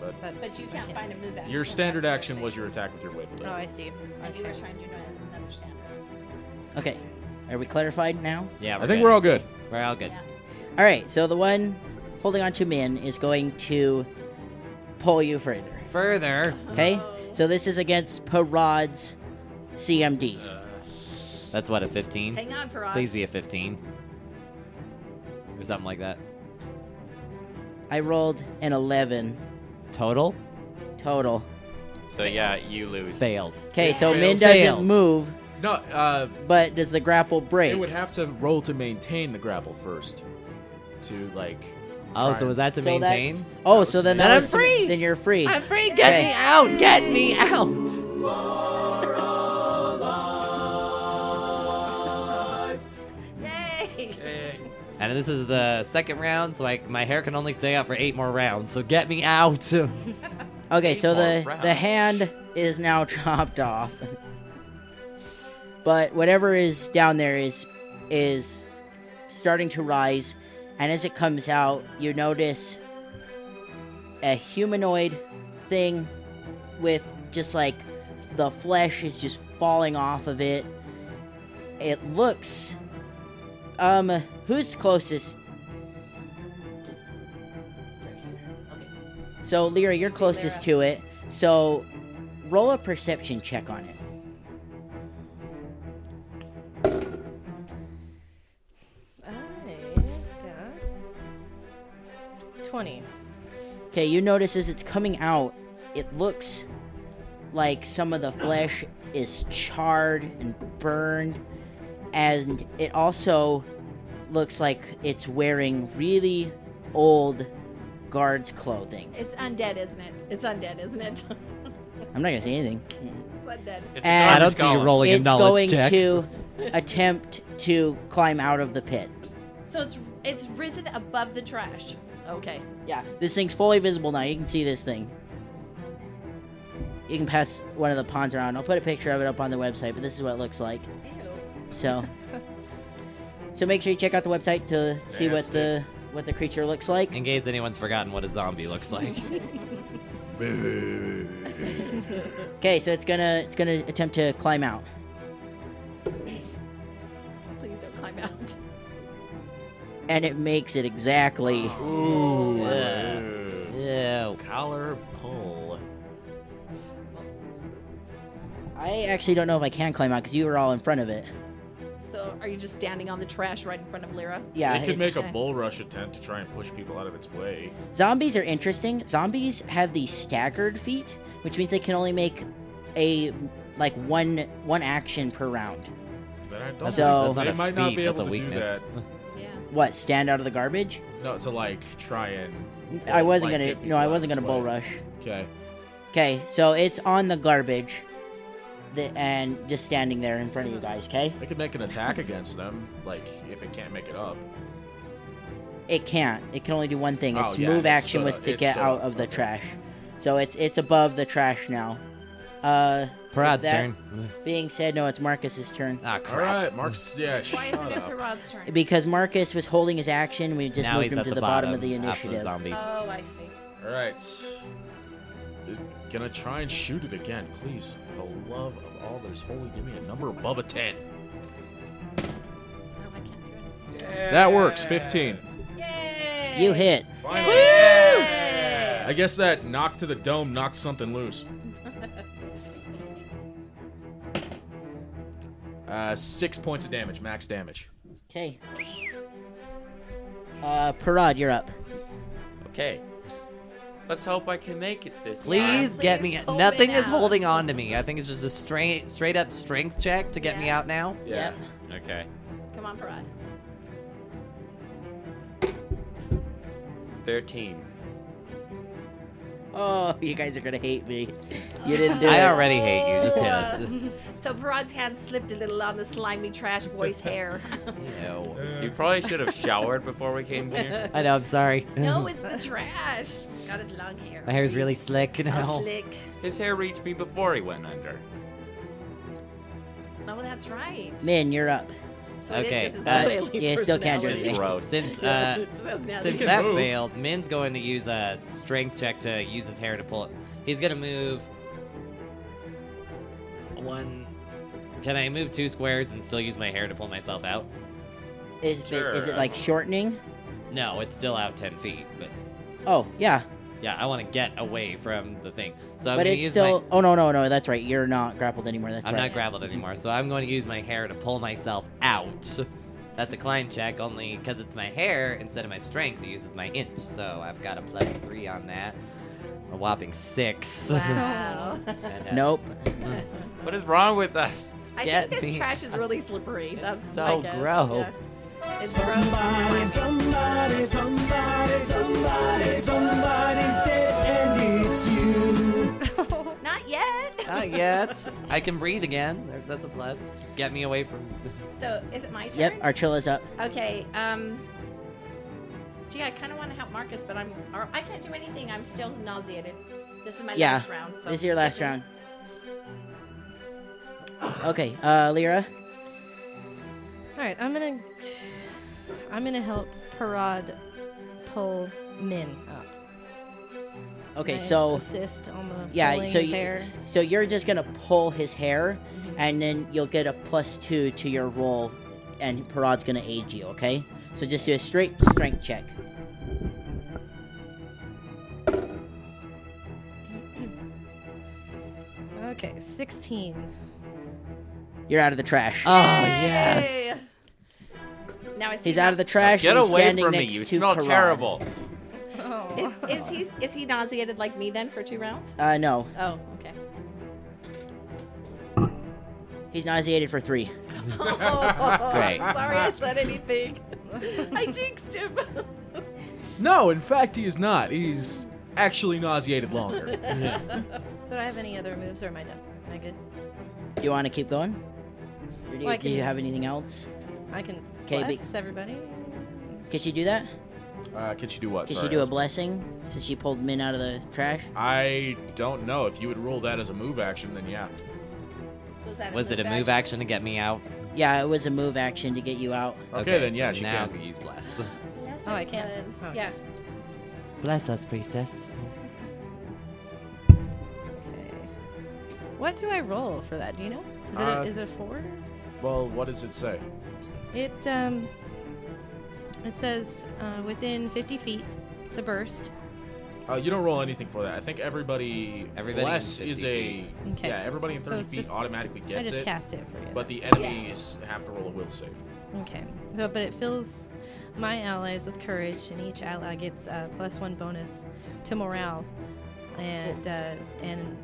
[SPEAKER 2] But
[SPEAKER 8] Is that-
[SPEAKER 1] But you
[SPEAKER 8] so I
[SPEAKER 1] can't find a move action.
[SPEAKER 2] your standard
[SPEAKER 1] that's
[SPEAKER 2] action was your attack with your whip.
[SPEAKER 8] Oh, I see.
[SPEAKER 1] what- And you were trying to do another standard.
[SPEAKER 3] okay, are we clarified now?
[SPEAKER 6] Yeah,
[SPEAKER 2] I think we're all good.
[SPEAKER 6] We're all good.
[SPEAKER 1] Yeah.
[SPEAKER 3] All right, so the one holding on to Min is going to pull you further.
[SPEAKER 6] Further,
[SPEAKER 3] Okay, so this is against Parod's CMD.
[SPEAKER 6] that's what a 15.
[SPEAKER 1] Hang on, Parag.
[SPEAKER 6] Please be a 15. Or something like that.
[SPEAKER 3] I rolled an 11
[SPEAKER 6] Total
[SPEAKER 3] total.
[SPEAKER 7] So yeah, you lose.
[SPEAKER 6] fails.
[SPEAKER 3] Okay, so
[SPEAKER 2] Fails.
[SPEAKER 3] Min doesn't
[SPEAKER 6] Fails.
[SPEAKER 3] move,
[SPEAKER 2] No, uh,
[SPEAKER 3] but does the grapple break?
[SPEAKER 2] it would have to roll to maintain the grapple first. To like.
[SPEAKER 6] Oh,
[SPEAKER 2] try
[SPEAKER 6] so
[SPEAKER 2] and-
[SPEAKER 6] was that to
[SPEAKER 3] So that's-
[SPEAKER 6] maintain?
[SPEAKER 3] Oh, so then
[SPEAKER 6] Then
[SPEAKER 3] that
[SPEAKER 6] I'm
[SPEAKER 3] was to-
[SPEAKER 6] free!
[SPEAKER 3] Then you're free.
[SPEAKER 6] free.
[SPEAKER 3] get Okay. me
[SPEAKER 6] out. Get me out.
[SPEAKER 1] Yay!
[SPEAKER 6] And this is the second round, so like my hair can only stay out for eight more rounds. So get me out.
[SPEAKER 3] Okay, so the
[SPEAKER 7] more rounds.
[SPEAKER 3] the hand is now chopped off. but whatever is down there is is starting to rise, and as it comes out, you notice a humanoid thing with just like the flesh is just falling off of it. It looks um who's closest? So, Lyra, you're closest to it. So, roll a perception check on it.
[SPEAKER 8] I got 20.
[SPEAKER 3] Okay, you notice as it's coming out, it looks like some of the flesh is charred and burned, and it also looks like it's wearing really old guards' clothing.
[SPEAKER 1] It's undead, isn't it? It's undead, isn't it?
[SPEAKER 3] I'm not gonna say anything.
[SPEAKER 1] it's undead.
[SPEAKER 7] It's a
[SPEAKER 3] And
[SPEAKER 6] I don't
[SPEAKER 7] garbage
[SPEAKER 6] see you
[SPEAKER 7] golem.
[SPEAKER 6] rolling a
[SPEAKER 3] It's going
[SPEAKER 6] knowledge check.
[SPEAKER 3] to attempt to climb out of the pit.
[SPEAKER 1] So it's it's risen above the trash. Okay.
[SPEAKER 3] Yeah, this thing's fully visible now. You can see this thing. You can pass one of the ponds around. I'll put a picture of it up on the website, but this is what it looks like.
[SPEAKER 1] Ew.
[SPEAKER 3] So, so make sure you check out the website to see what the what the creature looks like.
[SPEAKER 6] In case anyone's forgotten what a zombie looks like.
[SPEAKER 3] Okay, so it's gonna it's gonna attempt to climb out.
[SPEAKER 1] Please don't climb out.
[SPEAKER 3] and it makes it exactly.
[SPEAKER 6] Yeah. Ew.
[SPEAKER 2] Collar pull.
[SPEAKER 3] I actually don't know if I can climb out because you were all in front of it.
[SPEAKER 1] So are you just standing on the trash right in front of Lyra?
[SPEAKER 3] Yeah,
[SPEAKER 2] it could
[SPEAKER 3] it's-
[SPEAKER 2] make a bull rush attempt to try and push people out of its way.
[SPEAKER 3] Zombies are interesting. Zombies have the staggered feat, which means they can only make a like one one action per round.
[SPEAKER 2] Then I don't
[SPEAKER 3] That's So-
[SPEAKER 6] that's not
[SPEAKER 2] they
[SPEAKER 6] a
[SPEAKER 2] might
[SPEAKER 6] feat.
[SPEAKER 2] not be
[SPEAKER 6] that's
[SPEAKER 2] able
[SPEAKER 6] a
[SPEAKER 2] to do
[SPEAKER 6] weakness.
[SPEAKER 2] that.
[SPEAKER 1] Yeah.
[SPEAKER 3] What? Stand out of the garbage?
[SPEAKER 2] No, to like try and. uh,
[SPEAKER 3] I wasn't
[SPEAKER 2] like,
[SPEAKER 3] gonna.
[SPEAKER 2] get
[SPEAKER 3] No, I
[SPEAKER 2] people out
[SPEAKER 3] wasn't
[SPEAKER 2] of
[SPEAKER 3] gonna
[SPEAKER 2] its
[SPEAKER 3] bull
[SPEAKER 2] way.
[SPEAKER 3] rush.
[SPEAKER 2] Okay.
[SPEAKER 3] Okay, so it's on the garbage, the, and just standing there in front of you guys. Okay,
[SPEAKER 2] It could make an attack against them, like if it can't make it up.
[SPEAKER 3] it can't. It can only do one thing.
[SPEAKER 2] Oh,
[SPEAKER 3] Its
[SPEAKER 2] yeah,
[SPEAKER 3] move
[SPEAKER 2] it's
[SPEAKER 3] action
[SPEAKER 2] still-
[SPEAKER 3] was to
[SPEAKER 2] it's
[SPEAKER 3] get
[SPEAKER 2] still
[SPEAKER 3] out
[SPEAKER 2] up,
[SPEAKER 3] of the
[SPEAKER 2] okay.
[SPEAKER 3] trash, so it's it's above the trash now. Uh,
[SPEAKER 6] Parad's
[SPEAKER 3] that-
[SPEAKER 6] turn.
[SPEAKER 3] being said, no, it's Marcus's turn.
[SPEAKER 6] Ah,
[SPEAKER 2] All
[SPEAKER 6] crap.
[SPEAKER 2] right, Mark's yeah.
[SPEAKER 1] Why
[SPEAKER 2] shut
[SPEAKER 1] isn't it
[SPEAKER 2] up.
[SPEAKER 1] Pirad's turn?
[SPEAKER 3] Because Marcus was holding his action, we just
[SPEAKER 6] now
[SPEAKER 3] moved
[SPEAKER 6] he's
[SPEAKER 3] him
[SPEAKER 6] at
[SPEAKER 3] to
[SPEAKER 6] the,
[SPEAKER 3] the, bottom, of the
[SPEAKER 6] after the
[SPEAKER 3] initiative.
[SPEAKER 6] zombies.
[SPEAKER 1] Oh, I see.
[SPEAKER 2] All right. Is- Gonna try and shoot it again, please. For the love of all there's holy, give me a number above a ten.
[SPEAKER 1] No, I can't do it.
[SPEAKER 2] That works. Fifteen.
[SPEAKER 1] Yay!
[SPEAKER 3] You hit.
[SPEAKER 2] Finally. I guess that knock to the dome knocked something loose. Uh, six points of damage, max damage.
[SPEAKER 3] Okay. Uh, Parad, you're up.
[SPEAKER 7] Okay. Let's hope I can make it this
[SPEAKER 6] Please
[SPEAKER 7] time.
[SPEAKER 6] get me. Nothing is holding on to me. I think it's just a straight, straight up strength check to get me out now.
[SPEAKER 7] Yeah. Okay.
[SPEAKER 1] Come on, Parad.
[SPEAKER 7] 13.
[SPEAKER 3] Oh, you guys are gonna hate me. You didn't do it.
[SPEAKER 6] I already hate you. Just hit us.
[SPEAKER 1] So Parad's hand slipped a little on the slimy trash boy's hair.
[SPEAKER 7] Ew. You probably should have showered before we came here.
[SPEAKER 6] I know. I'm sorry.
[SPEAKER 1] no, it's the trash. Got his long hair. Oh,
[SPEAKER 6] My hair's really slick now.
[SPEAKER 1] Slick.
[SPEAKER 7] His hair reached me before he went under.
[SPEAKER 1] No, that's right.
[SPEAKER 3] Min, you're up.
[SPEAKER 1] So it is
[SPEAKER 6] Okay,
[SPEAKER 1] just his
[SPEAKER 6] uh,
[SPEAKER 1] oily
[SPEAKER 3] yeah, still can't do
[SPEAKER 1] personality.
[SPEAKER 3] anything.
[SPEAKER 7] Gross.
[SPEAKER 6] Since uh,
[SPEAKER 1] That's nasty.
[SPEAKER 6] since
[SPEAKER 1] He can
[SPEAKER 6] that
[SPEAKER 1] move.
[SPEAKER 6] failed, Min's going to use a strength check to use his hair to pull it. He's gonna move one. Can I move two squares and still use my hair to pull myself out?
[SPEAKER 3] Is, it-
[SPEAKER 7] Sure.
[SPEAKER 3] is it like shortening?
[SPEAKER 6] No, it's still out ten feet. But
[SPEAKER 3] Oh yeah,
[SPEAKER 6] yeah, I want to get away from the thing. So I'm
[SPEAKER 3] but
[SPEAKER 6] gonna
[SPEAKER 3] it's
[SPEAKER 6] use
[SPEAKER 3] still.
[SPEAKER 6] my.
[SPEAKER 3] Oh no no no, that's right. You're not grappled anymore. That's
[SPEAKER 6] I'm
[SPEAKER 3] right.
[SPEAKER 6] not grappled anymore, so I'm going to use my hair to pull myself out. That's a climb check, only because it's my hair instead of my strength, it uses my inch. So I've got a plus three on that. A whopping six.
[SPEAKER 1] Wow.
[SPEAKER 6] Fantastic.
[SPEAKER 3] Nope.
[SPEAKER 7] What is wrong with us?
[SPEAKER 1] I
[SPEAKER 6] Get
[SPEAKER 1] think this
[SPEAKER 6] me. uh, Oh.
[SPEAKER 1] trash is really slippery. That's
[SPEAKER 6] so
[SPEAKER 1] my guess.
[SPEAKER 6] gross.
[SPEAKER 1] Yeah. It's
[SPEAKER 9] Somebody,
[SPEAKER 1] gross.
[SPEAKER 9] somebody, somebody, somebody, somebody's dead, and it's you.
[SPEAKER 1] Not yet.
[SPEAKER 6] Not yet. I can breathe again. There- That's a plus. Just get me away from.
[SPEAKER 1] So is it my turn?
[SPEAKER 3] Yep, Artrilla's up.
[SPEAKER 1] Okay. Um. Gee, I kind of want to help Marcus, but I'm or I can't do anything. I'm still nauseated. This is my
[SPEAKER 3] yeah,
[SPEAKER 1] last round. So
[SPEAKER 3] this is your last
[SPEAKER 1] it's gonna
[SPEAKER 3] round. Okay, uh, Lyra.
[SPEAKER 8] All right, I'm gonna, I'm gonna help Parad pull Min up.
[SPEAKER 3] Okay,
[SPEAKER 8] uh, My
[SPEAKER 3] so
[SPEAKER 8] assist on the
[SPEAKER 3] yeah,
[SPEAKER 8] pulling
[SPEAKER 3] so
[SPEAKER 8] his
[SPEAKER 3] you,
[SPEAKER 8] hair. Mm-hmm.
[SPEAKER 3] so you're just gonna pull his hair, and then you'll get a plus two to your roll, and Parad's gonna aid you. Okay, so just do a straight strength check.
[SPEAKER 8] Okay, 16.
[SPEAKER 3] You're out of the trash.
[SPEAKER 6] Oh yes.
[SPEAKER 1] be- Now I see.
[SPEAKER 3] He's out of the
[SPEAKER 7] Now
[SPEAKER 3] trash.
[SPEAKER 7] Get
[SPEAKER 3] and he's
[SPEAKER 7] away
[SPEAKER 3] standing
[SPEAKER 7] from me.
[SPEAKER 3] next
[SPEAKER 7] You
[SPEAKER 3] to
[SPEAKER 7] smell
[SPEAKER 3] Parad.
[SPEAKER 7] terrible.
[SPEAKER 8] Oh.
[SPEAKER 1] Is, is he is he nauseated like me then for two rounds?
[SPEAKER 3] Uh, no,
[SPEAKER 1] Oh, okay.
[SPEAKER 3] he's nauseated for three.
[SPEAKER 1] Sorry
[SPEAKER 6] Great.
[SPEAKER 1] Oh, I said anything. I jinxed him.
[SPEAKER 2] No, in fact, he is not. He's actually nauseated longer.
[SPEAKER 8] So do I have any other moves or am I done? Am I good?
[SPEAKER 3] Do you want to keep going? Or do, you,
[SPEAKER 8] Well, I
[SPEAKER 3] do you
[SPEAKER 8] can-
[SPEAKER 3] have anything else?
[SPEAKER 8] I can
[SPEAKER 3] 'Kay, be-
[SPEAKER 8] bless everybody.
[SPEAKER 3] Could she do that?
[SPEAKER 2] uh, can she do what?
[SPEAKER 3] Could
[SPEAKER 2] Sorry,
[SPEAKER 3] she do
[SPEAKER 2] I
[SPEAKER 3] a
[SPEAKER 2] was-
[SPEAKER 3] blessing since she pulled Min out of the trash?
[SPEAKER 2] I don't know. If you would rule that as a move action, then yeah.
[SPEAKER 1] Was that
[SPEAKER 6] Was it a move action to get me out?
[SPEAKER 3] Yeah, it was a move action to get you out.
[SPEAKER 2] Okay, then
[SPEAKER 6] so
[SPEAKER 2] yeah, she
[SPEAKER 6] now
[SPEAKER 2] can.
[SPEAKER 6] we use bless.
[SPEAKER 1] Yes,
[SPEAKER 8] Oh, I
[SPEAKER 1] it
[SPEAKER 8] can't.
[SPEAKER 1] would.
[SPEAKER 8] Oh.
[SPEAKER 1] Yeah.
[SPEAKER 6] Bless us, priestess.
[SPEAKER 8] Okay. What do I roll for that? Do you know? Is it, a,
[SPEAKER 2] Uh,
[SPEAKER 8] is it a four?
[SPEAKER 2] Well, what does it say?
[SPEAKER 8] It, um, it says uh, within 50 feet. It's a burst.
[SPEAKER 2] Uh, you don't roll anything for that. I think everybody,
[SPEAKER 6] Everybody in
[SPEAKER 2] bless
[SPEAKER 6] 50
[SPEAKER 2] is a
[SPEAKER 6] feet.
[SPEAKER 8] Okay.
[SPEAKER 2] yeah. Everybody in
[SPEAKER 8] So
[SPEAKER 2] thirty
[SPEAKER 8] it's
[SPEAKER 2] feet
[SPEAKER 8] just-
[SPEAKER 2] automatically
[SPEAKER 8] I
[SPEAKER 2] gets
[SPEAKER 8] just
[SPEAKER 2] it,
[SPEAKER 8] cast it for you.
[SPEAKER 2] but the enemies have to roll a will save.
[SPEAKER 8] Okay. So, but it fills my allies with courage, and each ally gets uh, plus one bonus to morale, and uh, and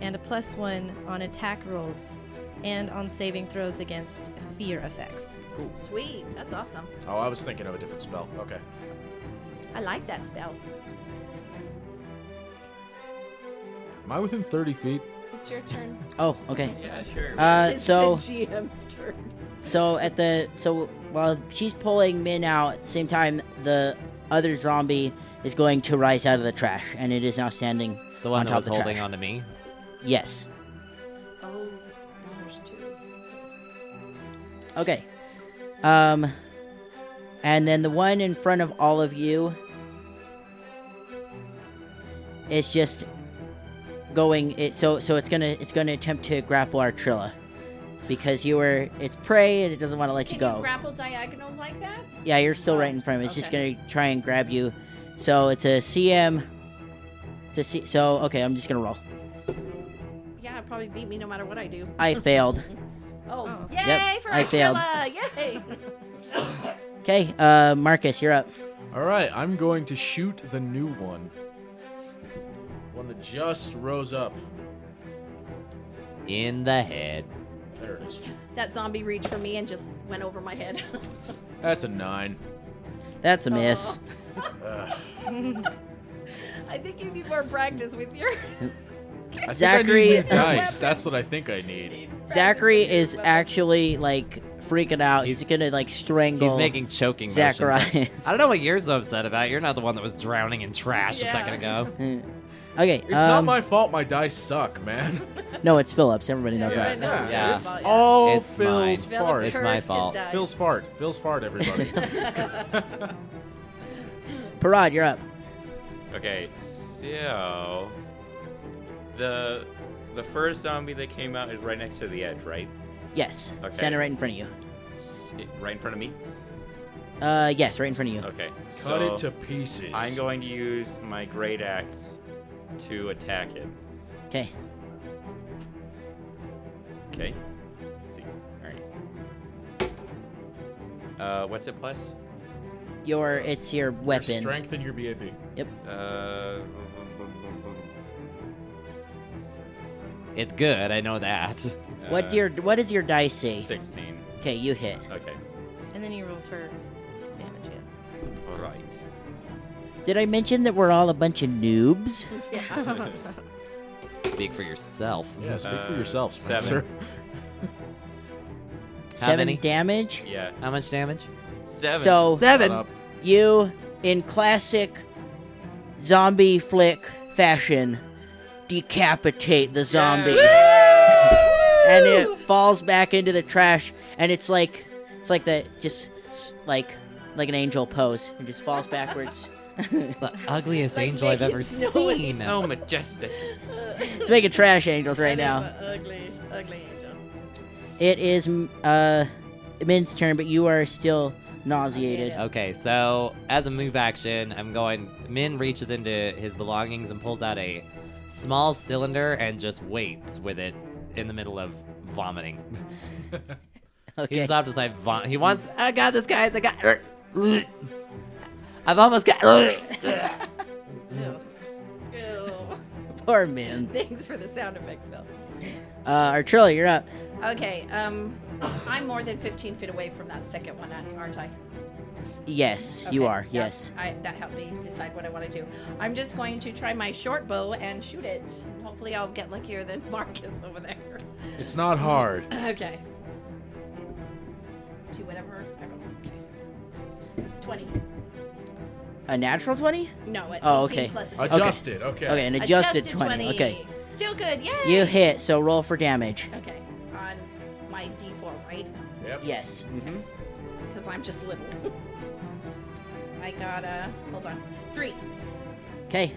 [SPEAKER 8] and a plus one on attack rolls, and on saving throws against fear effects.
[SPEAKER 1] Sweet. That's awesome.
[SPEAKER 2] Oh, I was thinking of a different spell. Okay.
[SPEAKER 1] I like that spell.
[SPEAKER 2] Am I within thirty feet?
[SPEAKER 1] It's your turn.
[SPEAKER 3] Oh, okay.
[SPEAKER 7] Yeah, sure.
[SPEAKER 3] Uh,
[SPEAKER 1] It's
[SPEAKER 3] so
[SPEAKER 1] the GM's turn.
[SPEAKER 3] so at the so while she's pulling Min out, at the same time the other zombie is going to rise out of the trash, and it is now standing
[SPEAKER 6] The one
[SPEAKER 3] on
[SPEAKER 6] that
[SPEAKER 3] top
[SPEAKER 6] was
[SPEAKER 3] of the
[SPEAKER 6] holding
[SPEAKER 3] trash.
[SPEAKER 6] on to me.
[SPEAKER 3] Yes.
[SPEAKER 1] Oh, now there's two.
[SPEAKER 3] Okay. Um, and then the one in front of all of you is just going. It so so it's gonna it's gonna attempt to grapple Artrilla because you were its prey and it doesn't want to let
[SPEAKER 1] Can
[SPEAKER 3] you go.
[SPEAKER 1] you grapple diagonal like that?
[SPEAKER 3] yeah, you're still
[SPEAKER 1] Oh,
[SPEAKER 3] right in front of it. It's just
[SPEAKER 1] okay.
[SPEAKER 3] gonna try and grab you. So it's a CM. It's a C, so okay. I'm just gonna roll.
[SPEAKER 1] Yeah, it probably beat me no matter what I do.
[SPEAKER 3] I failed.
[SPEAKER 1] Oh,
[SPEAKER 8] Oh.
[SPEAKER 1] yay
[SPEAKER 3] Yep,
[SPEAKER 1] for
[SPEAKER 3] I failed.
[SPEAKER 1] Artrilla! Yay!
[SPEAKER 3] Okay, uh, Marcus, you're up.
[SPEAKER 2] All right, I'm going to shoot the new one. One that just rose up.
[SPEAKER 6] In the head.
[SPEAKER 2] There it is.
[SPEAKER 1] That zombie reached for me and just went over my head.
[SPEAKER 2] That's a nine.
[SPEAKER 3] That's a
[SPEAKER 8] Oh.
[SPEAKER 3] miss.
[SPEAKER 2] Ugh.
[SPEAKER 1] I think you need more practice with your.
[SPEAKER 2] I think
[SPEAKER 3] Zachary-
[SPEAKER 2] I need new dice. That's what I think I need.
[SPEAKER 3] Zachary is actually like freaking out. He's, gonna like strangle.
[SPEAKER 6] He's making choking motions.
[SPEAKER 3] Zacharias.
[SPEAKER 6] I don't know what you're so upset about. You're not the one that was drowning in trash a second ago.
[SPEAKER 3] okay,
[SPEAKER 2] It's not
[SPEAKER 3] um,
[SPEAKER 2] my fault. Oh, My dice suck, man.
[SPEAKER 3] no, it's Phillips. Everybody knows
[SPEAKER 2] Yeah,
[SPEAKER 3] that.
[SPEAKER 2] yeah.
[SPEAKER 6] Yeah.
[SPEAKER 2] It's all
[SPEAKER 6] It's mine.
[SPEAKER 2] Phil's
[SPEAKER 6] Philip
[SPEAKER 2] fart.
[SPEAKER 6] It's my cursed his fault. dice.
[SPEAKER 2] Phil's fart. Phil's fart. Everybody.
[SPEAKER 3] Parad, you're up.
[SPEAKER 7] Okay, so the the first zombie that came out is right next to the edge, right?
[SPEAKER 3] Yes,
[SPEAKER 7] Okay.
[SPEAKER 3] standing right in front of you.
[SPEAKER 7] S- Right in front of me.
[SPEAKER 3] Uh, yes, right in front of you.
[SPEAKER 7] Okay.
[SPEAKER 2] Cut it
[SPEAKER 7] so
[SPEAKER 2] to pieces.
[SPEAKER 7] I'm going to use my great axe to attack it.
[SPEAKER 3] Okay.
[SPEAKER 7] Okay. Let's see. All right. Uh, what's it plus?
[SPEAKER 3] Your it's your weapon.
[SPEAKER 2] Your strength and your BAB.
[SPEAKER 3] Yep.
[SPEAKER 7] Uh,
[SPEAKER 6] It's good. I know that.
[SPEAKER 3] what do your what does your dice say?
[SPEAKER 7] Uh, Sixteen.
[SPEAKER 3] Okay, you hit.
[SPEAKER 7] Okay.
[SPEAKER 8] And then you roll for damage, yeah.
[SPEAKER 7] All right.
[SPEAKER 3] Did I mention that we're all a bunch of noobs?
[SPEAKER 6] Speak for yourself.
[SPEAKER 2] Yeah, speak for
[SPEAKER 7] Uh,
[SPEAKER 2] yourself,
[SPEAKER 7] seven.
[SPEAKER 2] Spencer.
[SPEAKER 6] How
[SPEAKER 3] Seven
[SPEAKER 6] many?
[SPEAKER 3] damage.
[SPEAKER 7] Yeah.
[SPEAKER 6] How much damage?
[SPEAKER 7] Seven.
[SPEAKER 3] So
[SPEAKER 6] Seven.
[SPEAKER 2] Shut up.
[SPEAKER 3] you, in classic zombie flick fashion, decapitate the zombie, and it falls back into the trash, and it's like it's like the just s- like like an angel pose, and just falls backwards.
[SPEAKER 6] The ugliest angel I've ever seen.
[SPEAKER 7] so majestic.
[SPEAKER 3] it's making trash angels right now.
[SPEAKER 10] Ugly, ugly angel.
[SPEAKER 3] It is m- uh Min's turn, but you are still nauseated.
[SPEAKER 6] Okay, so as a move action, I'm going. Min reaches into his belongings and pulls out a small cylinder and just waits with it in the middle of vomiting. He
[SPEAKER 3] Okay.
[SPEAKER 6] just off to the side. Vom- he wants. I got this, guys. I got. I've almost got.
[SPEAKER 10] Ew.
[SPEAKER 3] Poor Min.
[SPEAKER 10] Thanks for the sound effects, Phil.
[SPEAKER 3] Uh, Artrilla, you're up.
[SPEAKER 1] Okay, um, I'm more than 15 feet away from that second one, aren't I?
[SPEAKER 3] Yes, you
[SPEAKER 1] Okay,
[SPEAKER 3] are.
[SPEAKER 1] that-
[SPEAKER 3] Yes.
[SPEAKER 1] I, that helped me decide what I want to do. I'm just going to try my short bow and shoot it. Hopefully, I'll get luckier than Marcus over there.
[SPEAKER 2] It's not hard.
[SPEAKER 1] okay. To whatever I roll. Okay. 20.
[SPEAKER 3] A natural 20?
[SPEAKER 1] No, at
[SPEAKER 3] Oh,
[SPEAKER 1] 18
[SPEAKER 3] okay.
[SPEAKER 1] plus a 20.
[SPEAKER 2] Adjusted. Okay.
[SPEAKER 3] Okay, an adjusted, 20. Okay.
[SPEAKER 1] Still good. Yay.
[SPEAKER 3] You hit, so roll for damage.
[SPEAKER 1] Okay. On my d4, right?
[SPEAKER 2] Yep.
[SPEAKER 3] Yes.
[SPEAKER 1] Mm-hmm. Because I'm just little. I got a. Hold on. Three.
[SPEAKER 3] Okay.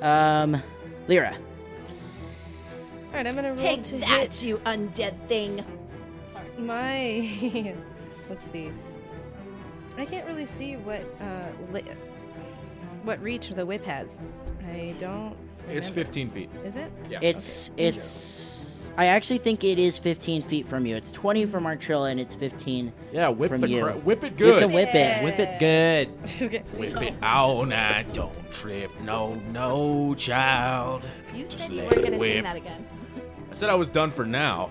[SPEAKER 3] Um, Lyra.
[SPEAKER 8] All right, I'm gonna roll
[SPEAKER 1] Take
[SPEAKER 8] to
[SPEAKER 1] that,
[SPEAKER 8] hit
[SPEAKER 1] you undead thing.
[SPEAKER 8] my. Let's see. I can't really see what uh, li- what reach the whip has. I don't.
[SPEAKER 2] It's
[SPEAKER 8] remember.
[SPEAKER 2] 15 feet.
[SPEAKER 8] Is it?
[SPEAKER 3] It's, it's, I actually think it is 15 feet from you. It's 20 from Artrilla, and it's 15.
[SPEAKER 2] Yeah. Whip
[SPEAKER 3] From
[SPEAKER 2] the
[SPEAKER 3] you.
[SPEAKER 2] cra- whip it
[SPEAKER 3] You
[SPEAKER 2] good.
[SPEAKER 3] can whip it.
[SPEAKER 6] Whip it good.
[SPEAKER 8] okay.
[SPEAKER 4] Whip it on, I don't trip, no, no, child.
[SPEAKER 1] You
[SPEAKER 4] Just
[SPEAKER 1] said you
[SPEAKER 4] let
[SPEAKER 1] weren't
[SPEAKER 4] it
[SPEAKER 1] going to sing
[SPEAKER 4] whip.
[SPEAKER 1] that again.
[SPEAKER 2] I said I was done for now.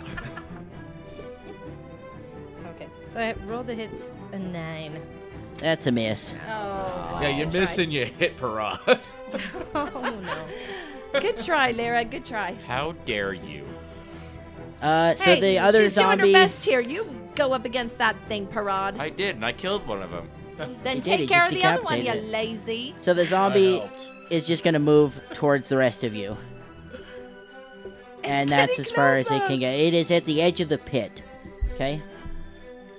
[SPEAKER 8] Okay. So I rolled a hit a nine.
[SPEAKER 3] That's a miss.
[SPEAKER 1] Oh.
[SPEAKER 2] yeah, you
[SPEAKER 1] good try.
[SPEAKER 2] miss and you hit parade.
[SPEAKER 8] Oh no.
[SPEAKER 1] Good try, Lyra. Good try.
[SPEAKER 7] How dare you?
[SPEAKER 3] Uh, so
[SPEAKER 1] hey,
[SPEAKER 3] the other
[SPEAKER 1] she's
[SPEAKER 3] zombie.
[SPEAKER 1] doing her best here. You go up against that thing, Parade.
[SPEAKER 7] I did, and I killed one of them.
[SPEAKER 1] then
[SPEAKER 3] You did,
[SPEAKER 1] take
[SPEAKER 3] it
[SPEAKER 1] care
[SPEAKER 3] just
[SPEAKER 1] of the other one, you
[SPEAKER 3] decapitated it.
[SPEAKER 1] lazy.
[SPEAKER 3] So the zombie
[SPEAKER 2] helped.
[SPEAKER 3] is just gonna move towards the rest of you. and that's
[SPEAKER 1] getting
[SPEAKER 3] as far as it
[SPEAKER 1] closer.
[SPEAKER 3] can get. It is at the edge of the pit. Okay?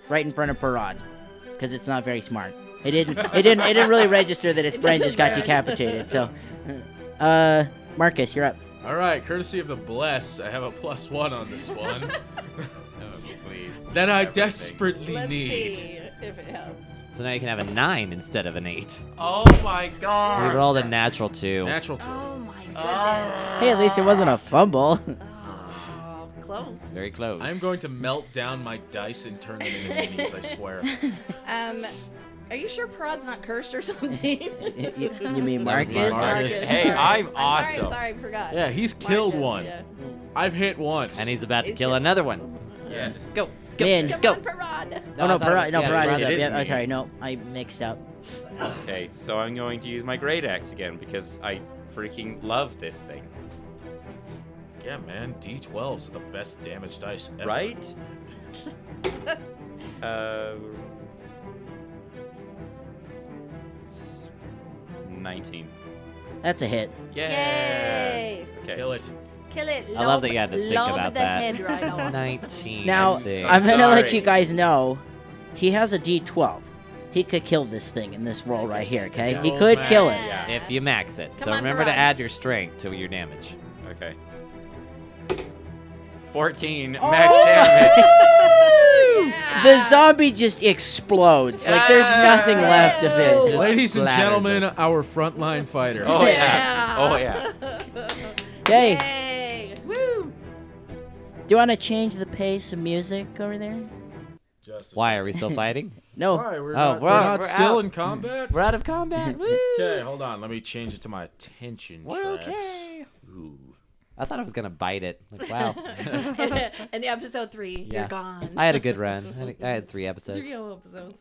[SPEAKER 3] Right in front of Parad. Because it's not very smart. It didn't it didn't it didn't really register that its friend just got decapitated, so uh Marcus, you're up.
[SPEAKER 2] All right, courtesy of the bless, I have a plus one on this one
[SPEAKER 7] Oh, please.
[SPEAKER 2] that I
[SPEAKER 7] Everything.
[SPEAKER 2] desperately
[SPEAKER 10] Let's
[SPEAKER 2] need.
[SPEAKER 10] see if it helps.
[SPEAKER 6] So now you can have a nine instead of an eight.
[SPEAKER 7] Oh my
[SPEAKER 6] We
[SPEAKER 7] god.
[SPEAKER 6] rolled a natural two.
[SPEAKER 2] Natural two.
[SPEAKER 1] Oh my goodness.
[SPEAKER 3] Hey, at least it wasn't a fumble.
[SPEAKER 1] Oh, close.
[SPEAKER 6] Very close.
[SPEAKER 2] I'm going to melt down my dice and turn them into minis, I swear.
[SPEAKER 1] Um, are you sure Parod's not cursed or something?
[SPEAKER 3] you, you mean Marcus?
[SPEAKER 2] Marcus.
[SPEAKER 7] Hey, I'm
[SPEAKER 1] I'm
[SPEAKER 7] awesome.
[SPEAKER 1] Sorry, sorry, I forgot.
[SPEAKER 2] Yeah, he's killed
[SPEAKER 1] Marcus,
[SPEAKER 2] one.
[SPEAKER 1] yeah.
[SPEAKER 2] I've hit once.
[SPEAKER 6] And he's about to
[SPEAKER 1] He's
[SPEAKER 6] kill
[SPEAKER 1] good.
[SPEAKER 6] another one.
[SPEAKER 7] Yeah.
[SPEAKER 6] Go. Go.
[SPEAKER 3] Min,
[SPEAKER 1] Come
[SPEAKER 3] go.
[SPEAKER 1] on, Parod.
[SPEAKER 3] Oh no,
[SPEAKER 6] I thought-
[SPEAKER 3] Parad, no,
[SPEAKER 6] yeah,
[SPEAKER 3] Parad is
[SPEAKER 7] Parad
[SPEAKER 3] up.
[SPEAKER 7] is
[SPEAKER 3] Yeah, oh,
[SPEAKER 7] me.
[SPEAKER 3] sorry, no, I mixed up.
[SPEAKER 7] Okay, so I'm going to use my great axe again because I freaking love this thing.
[SPEAKER 2] Yeah, man. D12s are the best damage dice ever.
[SPEAKER 7] Right? uh, 19.
[SPEAKER 3] That's a hit.
[SPEAKER 7] Yeah.
[SPEAKER 1] Yay!
[SPEAKER 7] Okay.
[SPEAKER 2] Kill it.
[SPEAKER 1] Kill it.
[SPEAKER 6] I love that you had to think
[SPEAKER 1] lob
[SPEAKER 6] about
[SPEAKER 1] the
[SPEAKER 6] that.
[SPEAKER 1] head right on.
[SPEAKER 6] 19.
[SPEAKER 3] Now
[SPEAKER 6] I think.
[SPEAKER 3] I'm gonna let
[SPEAKER 7] Sorry.
[SPEAKER 3] you guys know, he has a D12. He could kill this thing in this roll right here. Okay, he
[SPEAKER 2] Rolls
[SPEAKER 3] could
[SPEAKER 2] max.
[SPEAKER 3] kill it.
[SPEAKER 1] Yeah.
[SPEAKER 6] if you max it.
[SPEAKER 1] Come
[SPEAKER 6] so
[SPEAKER 1] on,
[SPEAKER 6] remember
[SPEAKER 1] Parag.
[SPEAKER 6] to add your strength to your damage.
[SPEAKER 7] Okay. 14
[SPEAKER 1] Oh!
[SPEAKER 7] max damage.
[SPEAKER 3] The zombie just explodes. Like there's nothing left of it.
[SPEAKER 6] Just
[SPEAKER 2] Ladies and
[SPEAKER 6] splatters
[SPEAKER 2] gentlemen,
[SPEAKER 6] us.
[SPEAKER 2] our frontline fighter.
[SPEAKER 7] Oh, yeah.
[SPEAKER 1] Yeah.
[SPEAKER 7] Oh, yeah.
[SPEAKER 3] Hey,
[SPEAKER 1] Yay!
[SPEAKER 3] do you want to change the pace of music over there?
[SPEAKER 2] Justice.
[SPEAKER 6] Why are we still fighting?
[SPEAKER 3] No.
[SPEAKER 2] Why? We're
[SPEAKER 6] Oh,
[SPEAKER 2] not,
[SPEAKER 6] we're
[SPEAKER 2] we're
[SPEAKER 6] out,
[SPEAKER 2] not
[SPEAKER 6] we're
[SPEAKER 2] still
[SPEAKER 6] out.
[SPEAKER 2] in combat?
[SPEAKER 6] We're out of combat. Woo!
[SPEAKER 2] Okay, hold on. Let me change it to my attention
[SPEAKER 6] We're
[SPEAKER 2] tracks.
[SPEAKER 6] okay. I thought I was gonna bite it. Like, wow,
[SPEAKER 1] and episode three,
[SPEAKER 6] Yeah.
[SPEAKER 1] you're gone.
[SPEAKER 6] I had a good run. I had, I had three episodes.
[SPEAKER 10] Three whole episodes.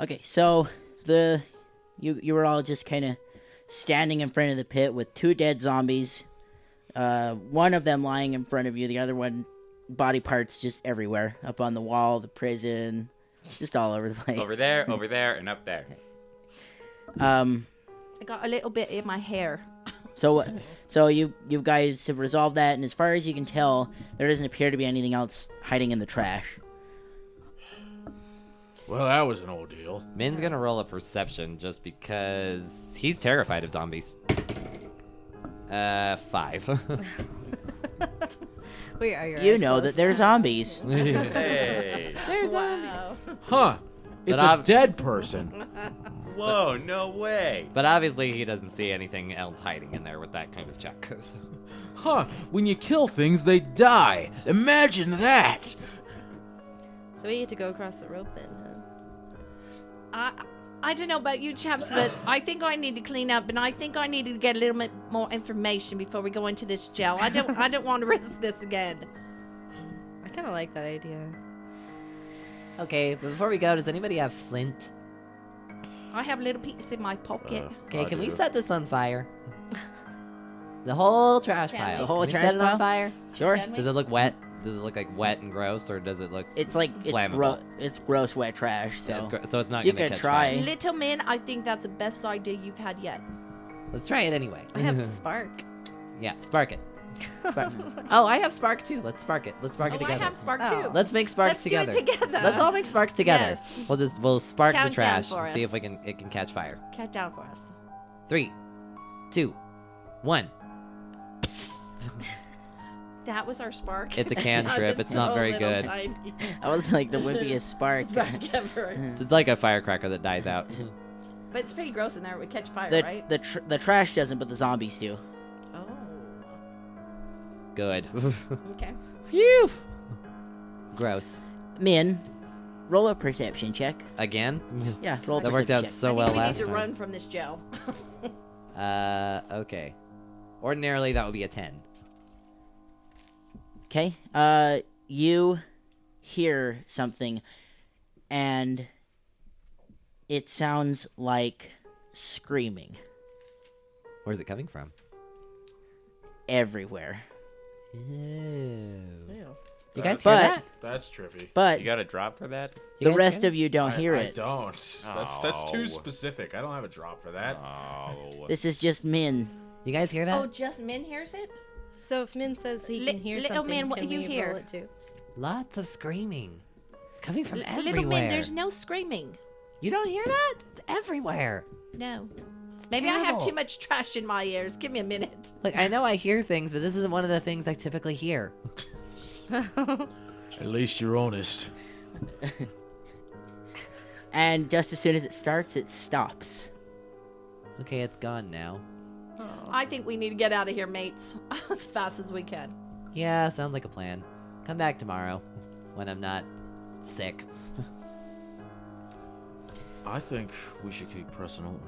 [SPEAKER 3] Okay, so the you you were all just kind of standing in front of the pit with two dead zombies. Uh, one of them lying in front of you, the other one body parts just everywhere, up on the wall, the prison, just all over the place.
[SPEAKER 7] Over there, over there, and up there.
[SPEAKER 3] Um,
[SPEAKER 1] I got a little bit in my hair.
[SPEAKER 3] so so you you guys have resolved that, and as far as you can tell, there doesn't appear to be anything else hiding in the trash.
[SPEAKER 2] Well, that was an ordeal.
[SPEAKER 6] Min's gonna roll a perception just because he's terrified of zombies. Uh, five.
[SPEAKER 8] Wait, are your
[SPEAKER 3] You
[SPEAKER 8] eyes
[SPEAKER 3] know
[SPEAKER 8] closed?
[SPEAKER 3] that they're zombies.
[SPEAKER 7] Hey.
[SPEAKER 1] Wow.
[SPEAKER 2] Huh. It's
[SPEAKER 6] But
[SPEAKER 2] a
[SPEAKER 6] I've-
[SPEAKER 2] dead person.
[SPEAKER 7] Whoa, no way.
[SPEAKER 6] but obviously, he doesn't see anything else hiding in there with that kind of check. So-
[SPEAKER 2] Huh. When you kill things, they die. Imagine that.
[SPEAKER 8] So we get to go across the rope then. Huh?
[SPEAKER 1] I I don't know about you chaps, but I think I need to clean up, and I think I need to get a little bit more information before we go into this jail. I don't I don't want to risk this again.
[SPEAKER 8] I kind of like that idea.
[SPEAKER 6] okay, but before we go, does anybody have flint?
[SPEAKER 1] I have a little piece in my
[SPEAKER 8] Uh,
[SPEAKER 1] pocket.
[SPEAKER 6] Okay,
[SPEAKER 2] I
[SPEAKER 6] can we
[SPEAKER 2] do.
[SPEAKER 6] set this on fire? The whole trash
[SPEAKER 1] Can
[SPEAKER 6] pile.
[SPEAKER 1] we? The
[SPEAKER 3] whole
[SPEAKER 6] can
[SPEAKER 3] trash
[SPEAKER 6] we set it
[SPEAKER 3] pile?
[SPEAKER 6] on fire.
[SPEAKER 3] Sure.
[SPEAKER 1] Can we?
[SPEAKER 6] Does it look wet? Does it look like wet and gross, or does it look?
[SPEAKER 3] It's like it's
[SPEAKER 6] Flammable.
[SPEAKER 3] gro- it's gross wet trash. So
[SPEAKER 6] Yeah, it's gro- so it's not
[SPEAKER 3] you
[SPEAKER 6] gonna
[SPEAKER 3] could
[SPEAKER 6] catch
[SPEAKER 3] try.
[SPEAKER 6] fire.
[SPEAKER 1] Little man, I think that's the best idea you've had yet.
[SPEAKER 6] Let's try it anyway.
[SPEAKER 8] I have spark.
[SPEAKER 6] yeah, spark it. Spark- oh, I have spark too. Let's spark it. Let's spark
[SPEAKER 1] Oh,
[SPEAKER 6] it together.
[SPEAKER 1] I have spark
[SPEAKER 8] Oh.
[SPEAKER 1] too.
[SPEAKER 6] Let's make sparks
[SPEAKER 1] Let's do
[SPEAKER 6] together.
[SPEAKER 1] it together.
[SPEAKER 6] Let's all make sparks together.
[SPEAKER 1] Yes.
[SPEAKER 6] We'll just we'll spark
[SPEAKER 1] Countdown
[SPEAKER 6] the trash
[SPEAKER 1] for
[SPEAKER 6] and see
[SPEAKER 1] us.
[SPEAKER 6] if we can it can catch fire.
[SPEAKER 1] Count down for us.
[SPEAKER 6] Three, two, one.
[SPEAKER 1] That was our spark.
[SPEAKER 6] It's a cantrip. It's not very good.
[SPEAKER 3] That was like the wimpiest spark.
[SPEAKER 6] It's like a firecracker that dies out.
[SPEAKER 1] But it's pretty gross in there. It would catch fire,
[SPEAKER 3] The
[SPEAKER 1] right?
[SPEAKER 3] the tr- the trash doesn't, but the zombies do.
[SPEAKER 1] Oh.
[SPEAKER 6] Good.
[SPEAKER 1] Okay.
[SPEAKER 6] Phew. Gross.
[SPEAKER 3] Min, roll a perception check.
[SPEAKER 6] Again.
[SPEAKER 3] Yeah, roll a perception
[SPEAKER 6] That worked out
[SPEAKER 3] check.
[SPEAKER 6] so
[SPEAKER 1] I think
[SPEAKER 6] well
[SPEAKER 1] we
[SPEAKER 6] last
[SPEAKER 1] need to
[SPEAKER 6] time.
[SPEAKER 1] run from this jail.
[SPEAKER 6] Uh, okay. Ordinarily that would be a ten.
[SPEAKER 3] Okay, uh, you hear something, and it sounds like screaming
[SPEAKER 6] Where's it coming from?
[SPEAKER 3] everywhere.
[SPEAKER 6] You guys hear
[SPEAKER 3] But
[SPEAKER 6] that?
[SPEAKER 2] That's trippy.
[SPEAKER 3] but
[SPEAKER 7] You got a drop for that?
[SPEAKER 6] You
[SPEAKER 3] the
[SPEAKER 6] guys
[SPEAKER 3] rest
[SPEAKER 6] hear
[SPEAKER 3] of you don't
[SPEAKER 2] I-
[SPEAKER 3] hear
[SPEAKER 2] I,
[SPEAKER 3] it.
[SPEAKER 2] don't. That's that's
[SPEAKER 7] Oh.
[SPEAKER 2] too specific. I don't have a drop for that.
[SPEAKER 7] Oh.
[SPEAKER 3] This is just Min.
[SPEAKER 6] that? You guys hear that?
[SPEAKER 1] Oh, just Min hears it?
[SPEAKER 8] So if Min says he
[SPEAKER 1] Li-
[SPEAKER 8] can hear
[SPEAKER 1] little
[SPEAKER 8] something,
[SPEAKER 1] Min, what
[SPEAKER 8] can
[SPEAKER 1] you
[SPEAKER 8] we
[SPEAKER 1] hear?
[SPEAKER 8] roll it too?
[SPEAKER 6] Lots of screaming. It's coming from
[SPEAKER 1] L-
[SPEAKER 6] everywhere.
[SPEAKER 1] Little Min, there's no screaming.
[SPEAKER 6] You don't hear that? It's everywhere.
[SPEAKER 1] No. Maybe I have
[SPEAKER 6] terrible.
[SPEAKER 1] too much trash in my ears. Give me a minute.
[SPEAKER 6] Like I know I hear things, but this isn't one of the things I typically hear.
[SPEAKER 2] At least you're honest.
[SPEAKER 3] And just as soon as it starts, it stops.
[SPEAKER 6] Okay, it's gone now.
[SPEAKER 1] I think we need to get out of here, mates, as fast as we can.
[SPEAKER 6] Yeah, sounds like a plan. Come back tomorrow when I'm not sick.
[SPEAKER 11] I think we should keep pressing on.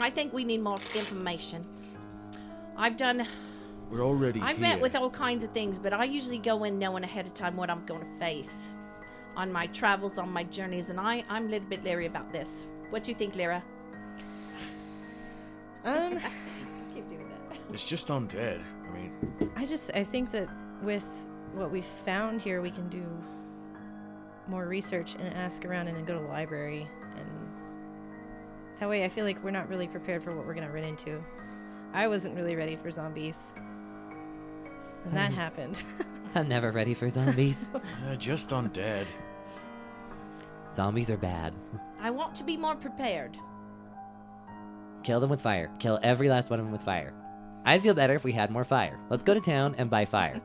[SPEAKER 1] I think we need more information. I've done.
[SPEAKER 11] We're already
[SPEAKER 1] I've
[SPEAKER 11] here.
[SPEAKER 1] met with all kinds of things, but I usually go in knowing ahead of time what I'm going to face on my travels, on my journeys, and I, I'm a little bit leery about this. What do you think, Lyra?
[SPEAKER 8] Um,
[SPEAKER 10] Keep doing that.
[SPEAKER 11] It's just undead. I mean,
[SPEAKER 8] I just I think that with what we found here, we can do more research and ask around, and then go to the library, and that way I feel like we're not really prepared for what we're gonna run into. I wasn't really ready for zombies, and that
[SPEAKER 6] Mhm.
[SPEAKER 8] happened.
[SPEAKER 6] I'm never ready for zombies.
[SPEAKER 11] uh, just undead.
[SPEAKER 6] zombies are bad.
[SPEAKER 1] I want to be more prepared.
[SPEAKER 6] Kill them with fire. Kill every last one of them with fire. I'd feel better if we had more fire. Let's go to town and buy fire.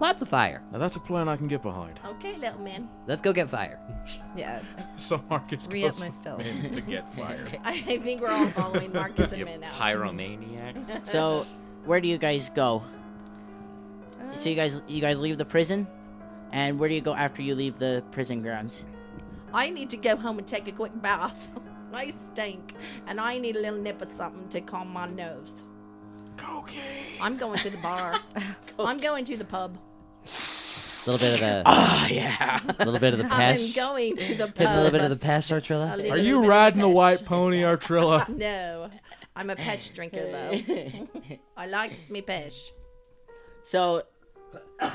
[SPEAKER 6] Lots of fire.
[SPEAKER 11] Now that's a plan I can get behind.
[SPEAKER 1] Okay, little man.
[SPEAKER 6] Let's go get fire.
[SPEAKER 8] Yeah.
[SPEAKER 2] So Marcus
[SPEAKER 8] Re-up
[SPEAKER 2] goes
[SPEAKER 8] my
[SPEAKER 2] with
[SPEAKER 8] spells.
[SPEAKER 2] Min to get fire.
[SPEAKER 1] I think we're all following Marcus and
[SPEAKER 7] You
[SPEAKER 1] Min now.
[SPEAKER 7] pyromaniacs.
[SPEAKER 3] So, where do you guys go?
[SPEAKER 1] Uh,
[SPEAKER 3] So you guys you guys leave the prison, and where do you go after you leave the prison grounds?
[SPEAKER 1] I need to go home and take a quick bath. I stink, and I need a little nip of something to calm my nerves.
[SPEAKER 11] Cocaine.
[SPEAKER 1] I'm going to the bar. I'm going to the pub.
[SPEAKER 6] A little bit of the.
[SPEAKER 3] Ah, yeah.
[SPEAKER 6] A little bit of the
[SPEAKER 1] I'm
[SPEAKER 6] pesh.
[SPEAKER 1] going to the
[SPEAKER 6] Hitting
[SPEAKER 1] pub.
[SPEAKER 6] a little bit of the pesh,
[SPEAKER 1] A
[SPEAKER 6] Artrilla.
[SPEAKER 1] little
[SPEAKER 2] Are you
[SPEAKER 1] bit of
[SPEAKER 2] riding the
[SPEAKER 1] pesh.
[SPEAKER 2] white pony, Artrilla?
[SPEAKER 1] No, I'm a pesh drinker though. I likes me pesh.
[SPEAKER 3] So,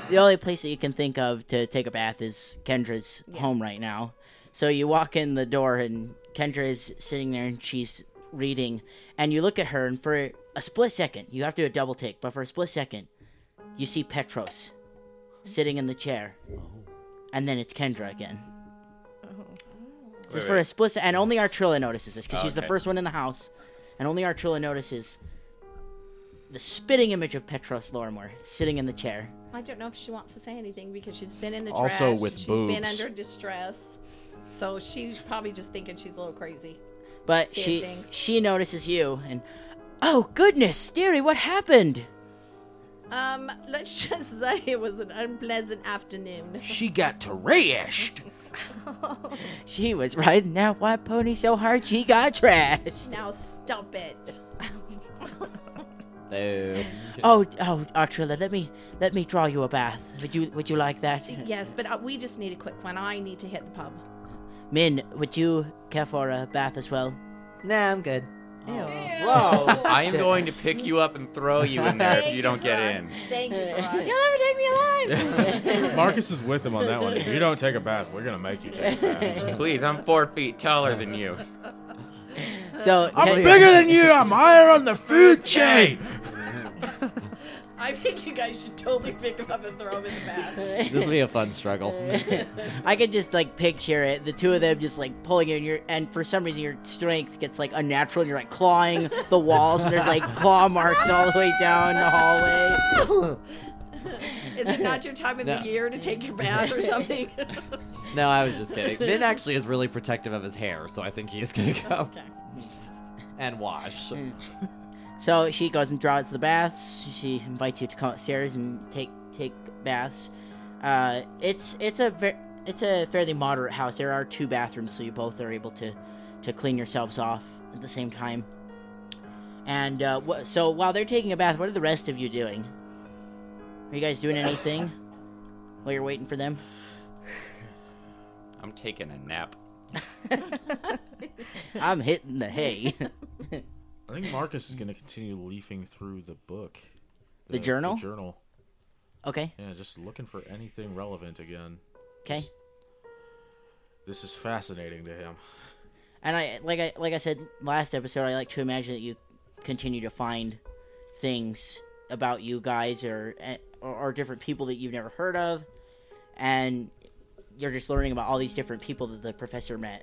[SPEAKER 3] the only place that you can think of to take a bath is Kendra's home right now. So you walk in the door, and Kendra is sitting there, and she's reading. And you look at her, and for a split second, you have to do a double take, but for a split second, you see Petros sitting in the chair, and then it's Kendra again. Just for a split, se- and only Artrilla notices this because
[SPEAKER 11] Oh,
[SPEAKER 3] she's the
[SPEAKER 11] okay.
[SPEAKER 3] first one in the house, and only Artrilla notices the spitting image of Petros Lorimer sitting in the chair.
[SPEAKER 1] I don't know if she wants to say anything because she's been in the trash.
[SPEAKER 3] Also with
[SPEAKER 1] she's been
[SPEAKER 3] boobs.
[SPEAKER 1] under distress, so she's probably just thinking she's a little crazy.
[SPEAKER 3] But
[SPEAKER 1] Seeing
[SPEAKER 3] she
[SPEAKER 1] things.
[SPEAKER 3] she notices you, and oh goodness, dearie, what happened?
[SPEAKER 1] Um, let's just say it was an unpleasant afternoon.
[SPEAKER 11] She got trashed.
[SPEAKER 3] She was riding that white pony so hard she got trashed.
[SPEAKER 1] Now stop it.
[SPEAKER 6] Boo.
[SPEAKER 3] Oh oh, Artrilla, let me let me draw you a bath. Would you would you like that?
[SPEAKER 1] Yes, but uh, we just need a quick one. I need to hit the pub.
[SPEAKER 3] Min, would you care for a bath as well?
[SPEAKER 6] Nah, I'm good.
[SPEAKER 3] Whoa.
[SPEAKER 7] I am going to pick you up and throw you in there if
[SPEAKER 1] Thank
[SPEAKER 7] you don't get
[SPEAKER 1] Ron.
[SPEAKER 7] in.
[SPEAKER 1] Thank you, Ron. You'll never take me alive.
[SPEAKER 2] Marcus is with him on that one. If you don't take a bath, we're gonna make you take a bath.
[SPEAKER 7] Please, I'm four feet taller than you.
[SPEAKER 6] Uh,
[SPEAKER 3] So
[SPEAKER 2] I'm
[SPEAKER 3] Ken-
[SPEAKER 2] bigger than you. I'm higher on the food chain.
[SPEAKER 1] I think you guys should totally pick him up and throw him in the bath.
[SPEAKER 6] This will be a fun struggle.
[SPEAKER 3] I could just like picture it, the two of them just like pulling you, and your and for some reason your strength gets like unnatural, and you're like clawing the walls, and there's like claw marks all the way down the hallway.
[SPEAKER 1] Is it not your time of
[SPEAKER 6] No.
[SPEAKER 1] the year to take your bath or something?
[SPEAKER 6] No, I was just kidding. Min actually is really protective of his hair, so I think he is gonna go
[SPEAKER 1] okay.
[SPEAKER 6] and wash.
[SPEAKER 3] So she goes and draws the baths. She invites you to come upstairs and take take baths. Uh, it's it's a ver- it's a fairly moderate house. There are two bathrooms, so you both are able to to clean yourselves off at the same time. And uh, wh- so while they're taking a bath, what are the rest of you doing? Are you guys doing anything while you're waiting for them?
[SPEAKER 7] I'm taking a nap.
[SPEAKER 3] I'm hitting the hay.
[SPEAKER 2] I think Marcus is gonna continue leafing through the book,
[SPEAKER 3] The journal?
[SPEAKER 2] journal.
[SPEAKER 3] okay,
[SPEAKER 2] Yeah, just looking for anything relevant again.
[SPEAKER 3] okay.
[SPEAKER 2] This is fascinating to him.
[SPEAKER 3] And I like I like I said last episode, I like to imagine that you continue to find things about you guys or or, or different people that you've never heard of, and you're just learning about all these different people that the professor met.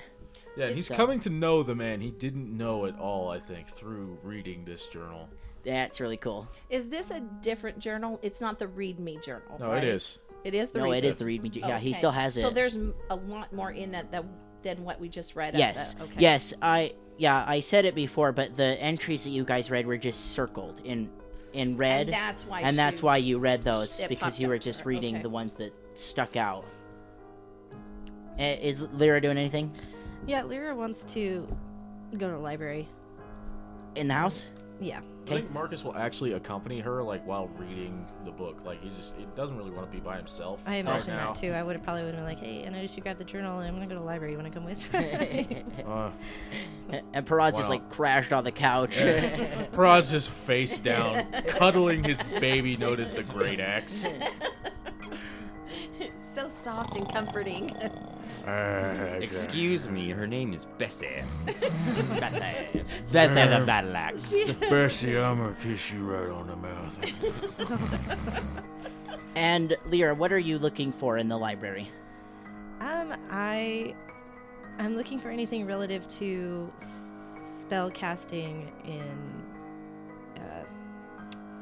[SPEAKER 2] Yeah,
[SPEAKER 3] It's,
[SPEAKER 2] he's
[SPEAKER 3] uh,
[SPEAKER 2] coming to know the man he didn't know at all. I think through reading this journal.
[SPEAKER 3] That's really cool.
[SPEAKER 1] Is this a different journal? It's not the Read Me journal.
[SPEAKER 2] No,
[SPEAKER 1] right?
[SPEAKER 2] it is.
[SPEAKER 1] It is the.
[SPEAKER 3] no,
[SPEAKER 1] Read
[SPEAKER 3] it
[SPEAKER 1] Me.
[SPEAKER 3] is the read me. Yeah, he
[SPEAKER 1] Okay.
[SPEAKER 3] still has it.
[SPEAKER 1] So there's m- a lot more in that that than what we just read. at
[SPEAKER 3] yes,
[SPEAKER 1] the- okay.
[SPEAKER 3] yes. I yeah, I said it before, but the entries that you guys read were just circled in in red.
[SPEAKER 1] And that's why
[SPEAKER 3] And that's
[SPEAKER 1] she-
[SPEAKER 3] why you read those
[SPEAKER 1] it
[SPEAKER 3] because
[SPEAKER 1] popped
[SPEAKER 3] you
[SPEAKER 1] up
[SPEAKER 3] were
[SPEAKER 1] to
[SPEAKER 3] just
[SPEAKER 1] her.
[SPEAKER 3] reading
[SPEAKER 1] Okay.
[SPEAKER 3] the ones that stuck out. Eh, Is Lyra doing anything
[SPEAKER 8] Yeah, Lyra wants to go to the library.
[SPEAKER 3] in the house?
[SPEAKER 8] Yeah.
[SPEAKER 2] I think Marcus will actually accompany her, like while reading the book. Like he just he doesn't really want to be by himself.
[SPEAKER 8] I imagine
[SPEAKER 2] right now.
[SPEAKER 8] that too. I would have probably would have been like, "Hey, I noticed you grabbed the journal, and I'm gonna go to the library. You wanna come with?"
[SPEAKER 2] Uh,
[SPEAKER 3] And- and Parad's just
[SPEAKER 2] Wow.
[SPEAKER 3] like crashed on the couch.
[SPEAKER 2] Parad's just face down, cuddling his baby. Notice the great axe.
[SPEAKER 1] It's so soft and comforting.
[SPEAKER 2] Uh,
[SPEAKER 7] Excuse me, her name is Bessie. Bessie.
[SPEAKER 6] Bessie the battle axe.
[SPEAKER 11] Bessie, I'm gonna kiss you right on the mouth.
[SPEAKER 3] and Lyra, what are you looking for in the library?
[SPEAKER 8] um, I, I'm looking for anything relative to spell casting in, uh,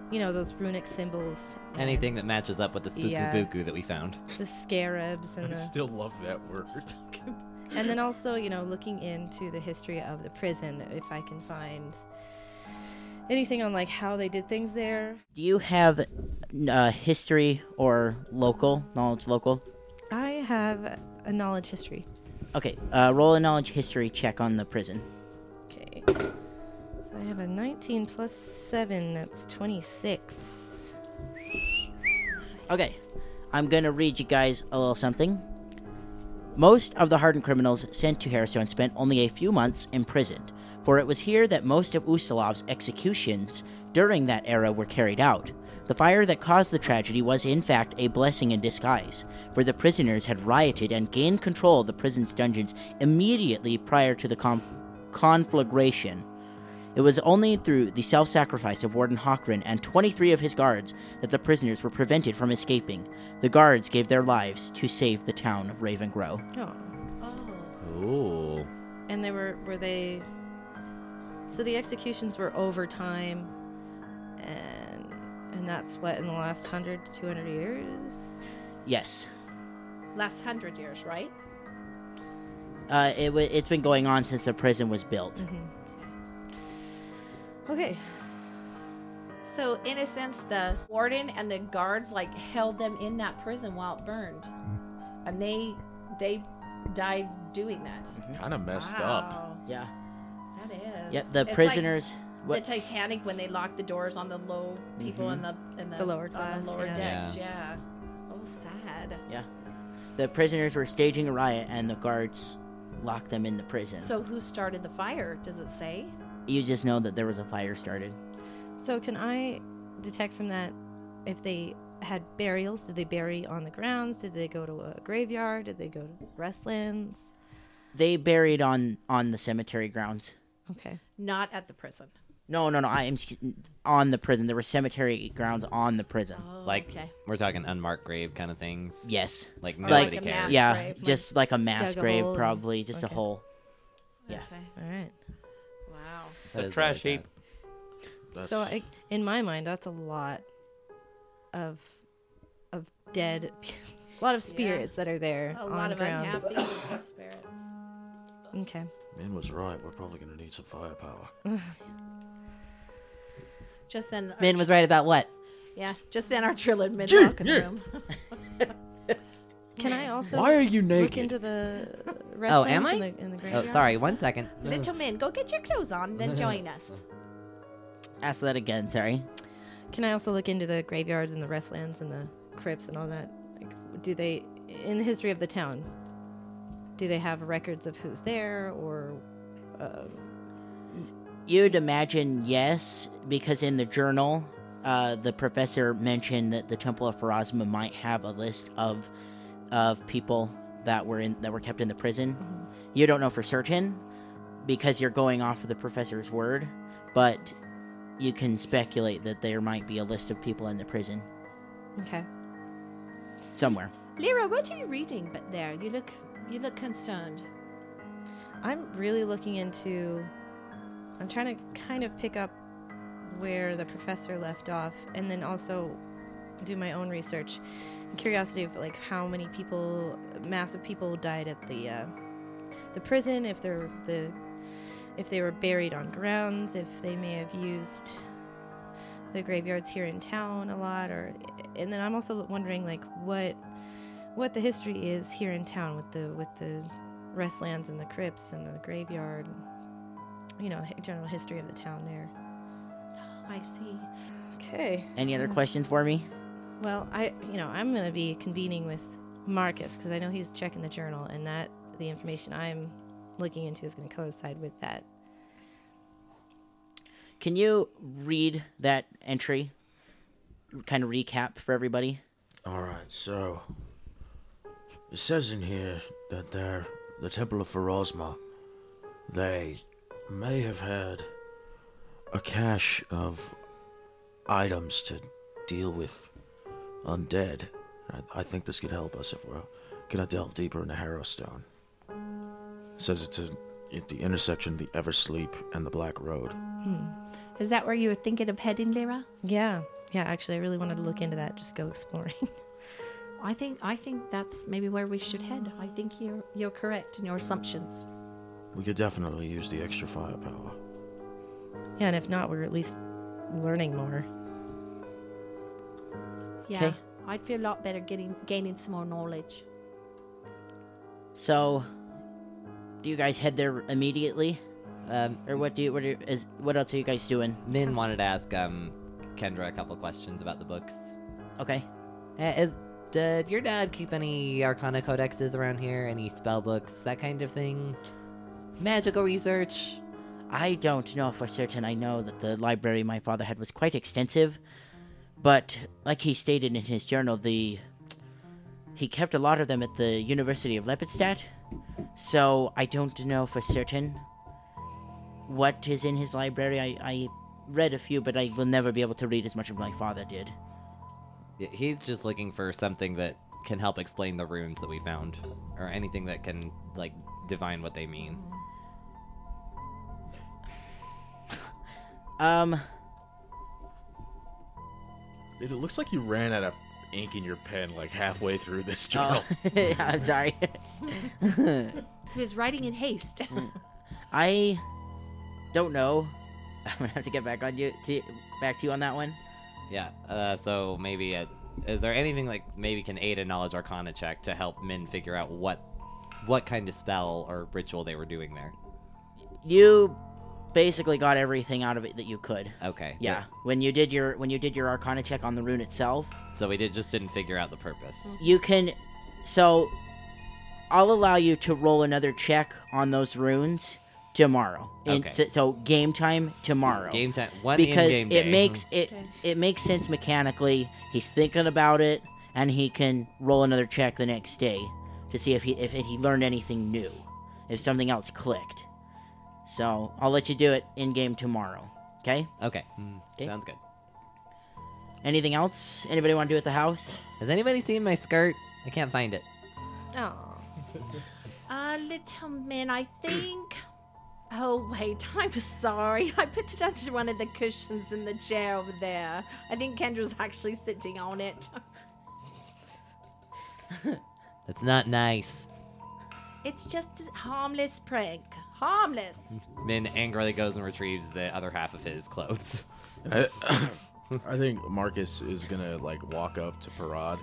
[SPEAKER 8] you know, those runic symbols. and
[SPEAKER 6] Anything that matches up with the spooky
[SPEAKER 8] Yeah.
[SPEAKER 6] buku that we found.
[SPEAKER 8] The scarabs and
[SPEAKER 2] I
[SPEAKER 8] the.
[SPEAKER 2] still love that word.
[SPEAKER 8] and then also, you know, looking into the history of the prison, if I can find anything on like how they did things there.
[SPEAKER 3] Do you have uh, history or local knowledge? Local.
[SPEAKER 8] I have a knowledge history.
[SPEAKER 3] Okay. Uh, roll a knowledge history check on the prison.
[SPEAKER 8] Okay. So I have a 19 plus 7, that's 26.
[SPEAKER 3] Okay. I'm going to read you guys a little something. Most of the hardened criminals sent to Harrowstone spent only a few months imprisoned, for it was here that most of Ustilov's executions during that era were carried out. The fire that caused the tragedy was, in fact, a blessing in disguise, for the prisoners had rioted and gained control of the prison's dungeons immediately prior to the con- conflagration. It was only through the self sacrifice of Warden Hochran and 23 of his guards that the prisoners were prevented from escaping. The guards gave their lives to save the town of Raven Grow.
[SPEAKER 8] Oh.
[SPEAKER 6] Ooh.
[SPEAKER 8] And they were, were they. So the executions were over time, and and that's what, in the last 100 to 200 years?
[SPEAKER 3] Yes.
[SPEAKER 1] Last hundred years, right?
[SPEAKER 3] Uh, it w- it's been going on since the prison was built.
[SPEAKER 1] Mm-hmm.
[SPEAKER 8] Okay.
[SPEAKER 1] So, in a sense, the warden and the guards like held them in that prison while it burned, and they they died doing that.
[SPEAKER 2] Kind of messed
[SPEAKER 1] Wow.
[SPEAKER 2] up.
[SPEAKER 3] Yeah.
[SPEAKER 1] That is.
[SPEAKER 3] Yep, the
[SPEAKER 1] It's like
[SPEAKER 3] prisoners.
[SPEAKER 1] the Titanic when they locked the doors on the low people
[SPEAKER 3] Mm-hmm.
[SPEAKER 1] in the in the,
[SPEAKER 8] The lower
[SPEAKER 1] on
[SPEAKER 8] class,
[SPEAKER 1] lower
[SPEAKER 8] yeah.
[SPEAKER 1] decks.
[SPEAKER 8] Yeah.
[SPEAKER 1] Yeah. Oh, sad.
[SPEAKER 3] yeah. The prisoners were staging a riot and the guards locked them in the prison.
[SPEAKER 1] So, who started the fire? Does it say?
[SPEAKER 3] you just know that there was a fire started.
[SPEAKER 8] So can I detect from that if they had burials? Did they bury on the grounds? Did they go to a graveyard? Did they go to restlands?
[SPEAKER 3] They buried on on the cemetery grounds.
[SPEAKER 8] Okay.
[SPEAKER 1] Not at the prison.
[SPEAKER 3] No, no, no. I am excuse- on the prison. There were cemetery grounds on the prison.
[SPEAKER 6] Like
[SPEAKER 1] okay.
[SPEAKER 6] we're talking unmarked grave kind of things.
[SPEAKER 3] Yes.
[SPEAKER 6] Like
[SPEAKER 3] Or
[SPEAKER 6] nobody
[SPEAKER 3] like a
[SPEAKER 6] cares.
[SPEAKER 3] yeah,
[SPEAKER 1] grave, like
[SPEAKER 3] just like a mass
[SPEAKER 8] dug a
[SPEAKER 3] grave,
[SPEAKER 8] hole and-
[SPEAKER 3] probably just
[SPEAKER 8] okay.
[SPEAKER 3] a hole. Yeah.
[SPEAKER 1] Okay.
[SPEAKER 8] All right.
[SPEAKER 1] Wow.
[SPEAKER 7] The trash heap.
[SPEAKER 8] So I, in my mind, that's a lot of of dead, a lot of spirits that are there
[SPEAKER 1] A
[SPEAKER 8] on
[SPEAKER 1] lot of
[SPEAKER 8] grounds.
[SPEAKER 1] unhappy spirits.
[SPEAKER 8] Okay.
[SPEAKER 11] Min was right. We're probably gonna need some firepower.
[SPEAKER 1] Just then,
[SPEAKER 3] Min was right about what?
[SPEAKER 1] Yeah. Just then, our Trill admitted walk in the room.
[SPEAKER 8] Can I also?
[SPEAKER 6] Why are you
[SPEAKER 8] Look
[SPEAKER 6] naked?
[SPEAKER 8] into the
[SPEAKER 6] Oh, am
[SPEAKER 8] restlands
[SPEAKER 6] I?
[SPEAKER 8] and the, and the
[SPEAKER 6] oh,
[SPEAKER 8] graveyards?
[SPEAKER 6] sorry. One second.
[SPEAKER 1] Little Min, go get your clothes on, then join us.
[SPEAKER 3] Ask that again. Sorry.
[SPEAKER 8] Can I also look into the graveyards and the restlands and the crypts and all that? Like, do they, in the history of the town, do they have records of who's there or? uh,
[SPEAKER 3] You'd imagine yes, because in the journal, uh, the professor mentioned that the Temple of Pharasma might have a list of of people that were in that were kept in the prison. You don't know for certain because you're going off of the professor's word, but you can speculate that there might be a list of people in the prison
[SPEAKER 8] Okay.
[SPEAKER 3] somewhere.
[SPEAKER 1] Lyra, what are you reading? But there, you look you look concerned.
[SPEAKER 8] I'm really looking into. I'm trying to kind of pick up where the professor left off, and then also do my own research and curiosity of like how many people, massive people, died at the uh, the prison. If they're the if they were buried on grounds, if they may have used the graveyards here in town a lot, or and then I'm also wondering like what what the history is here in town with the with the restlands and the crypts and the graveyard, you know, the general history of the town there.
[SPEAKER 1] Oh, I see.
[SPEAKER 8] Okay.
[SPEAKER 3] Any other questions for me?
[SPEAKER 8] Well, I you know I'm gonna be convening with Marcus because I know he's checking the journal, and that the information I'm looking into is going to coincide with that.
[SPEAKER 3] Can you read that entry? Kind of recap for everybody.
[SPEAKER 11] All right, so it says in here that they're the Temple of Ferozma. They may have had a cache of items to deal with undead. I, I think this could help us if we're gonna delve deeper into Harrowstone. It says it's a, at the intersection of the Eversleep and the Black Road.
[SPEAKER 1] Hmm. Is that where you were thinking of heading, Lyra?
[SPEAKER 8] Yeah, yeah. Actually, I really wanted to look into that. Just go exploring.
[SPEAKER 1] I think I think that's maybe where we should head. I think you're you're correct in your assumptions.
[SPEAKER 11] We could definitely use the extra firepower.
[SPEAKER 8] yeah, and if not, we're at least learning more.
[SPEAKER 1] Yeah,
[SPEAKER 3] 'Kay.
[SPEAKER 1] I'd feel a lot better getting gaining some more knowledge.
[SPEAKER 3] So, do you guys head there immediately?
[SPEAKER 6] Um,
[SPEAKER 3] or what do you what are, is what else are you guys doing?
[SPEAKER 6] Min wanted to ask um, Kendra a couple questions about the books.
[SPEAKER 3] Okay.
[SPEAKER 6] Uh, is did your dad keep any Arcana codexes around here? Any spell books, that kind of thing? Magical research.
[SPEAKER 3] I don't know for certain. I know that the library my father had was quite extensive, but like he stated in his journal, the he kept a lot of them at the University of Lepidstadt. So I don't know for certain what is in his library. I, I read a few, but I will never be able to read as much as my father did.
[SPEAKER 6] Y- He's just looking for something that can help explain the runes that we found, or anything that can like divine what they mean.
[SPEAKER 3] Um,
[SPEAKER 12] Dude, it looks like you ran out of ink in your pen like halfway through this journal.
[SPEAKER 3] oh, I'm sorry.
[SPEAKER 1] He was writing in haste.
[SPEAKER 3] I don't know. I'm gonna have to get back on you to back to you on that one.
[SPEAKER 6] Yeah. Uh, so maybe it, is there anything like maybe can aid a knowledge arcana check to help Min figure out what what kind of spell or ritual they were doing there?
[SPEAKER 3] you basically got everything out of it that you could.
[SPEAKER 6] Okay.
[SPEAKER 3] Yeah. When you did your when you did your arcana check on the rune itself,
[SPEAKER 6] So we did just didn't figure out the purpose.
[SPEAKER 3] you can so I'll allow you to roll another check on those runes tomorrow. And
[SPEAKER 6] Okay.
[SPEAKER 3] so, so game time tomorrow.
[SPEAKER 6] Game time- one
[SPEAKER 3] because
[SPEAKER 6] in-game
[SPEAKER 3] it
[SPEAKER 6] day.
[SPEAKER 3] makes it it makes sense mechanically. He's thinking about it and he can roll another check the next day to see if he if he learned anything new, if something else clicked. So, I'll let you do it in game tomorrow. Okay? Hmm.
[SPEAKER 6] Okay. Sounds good.
[SPEAKER 3] Anything else? Anybody want to do at the house?
[SPEAKER 6] Has anybody seen my skirt? I can't find it.
[SPEAKER 1] Oh. Uh, little man, I think. Oh, wait, I'm sorry. I put it under one of the cushions in the chair over there. I think Kendra's actually sitting on it.
[SPEAKER 6] That's not nice.
[SPEAKER 1] It's just a harmless prank. Harmless.
[SPEAKER 6] Min angrily goes and retrieves the other half of his clothes.
[SPEAKER 2] I, I think Marcus is gonna like walk up to Parad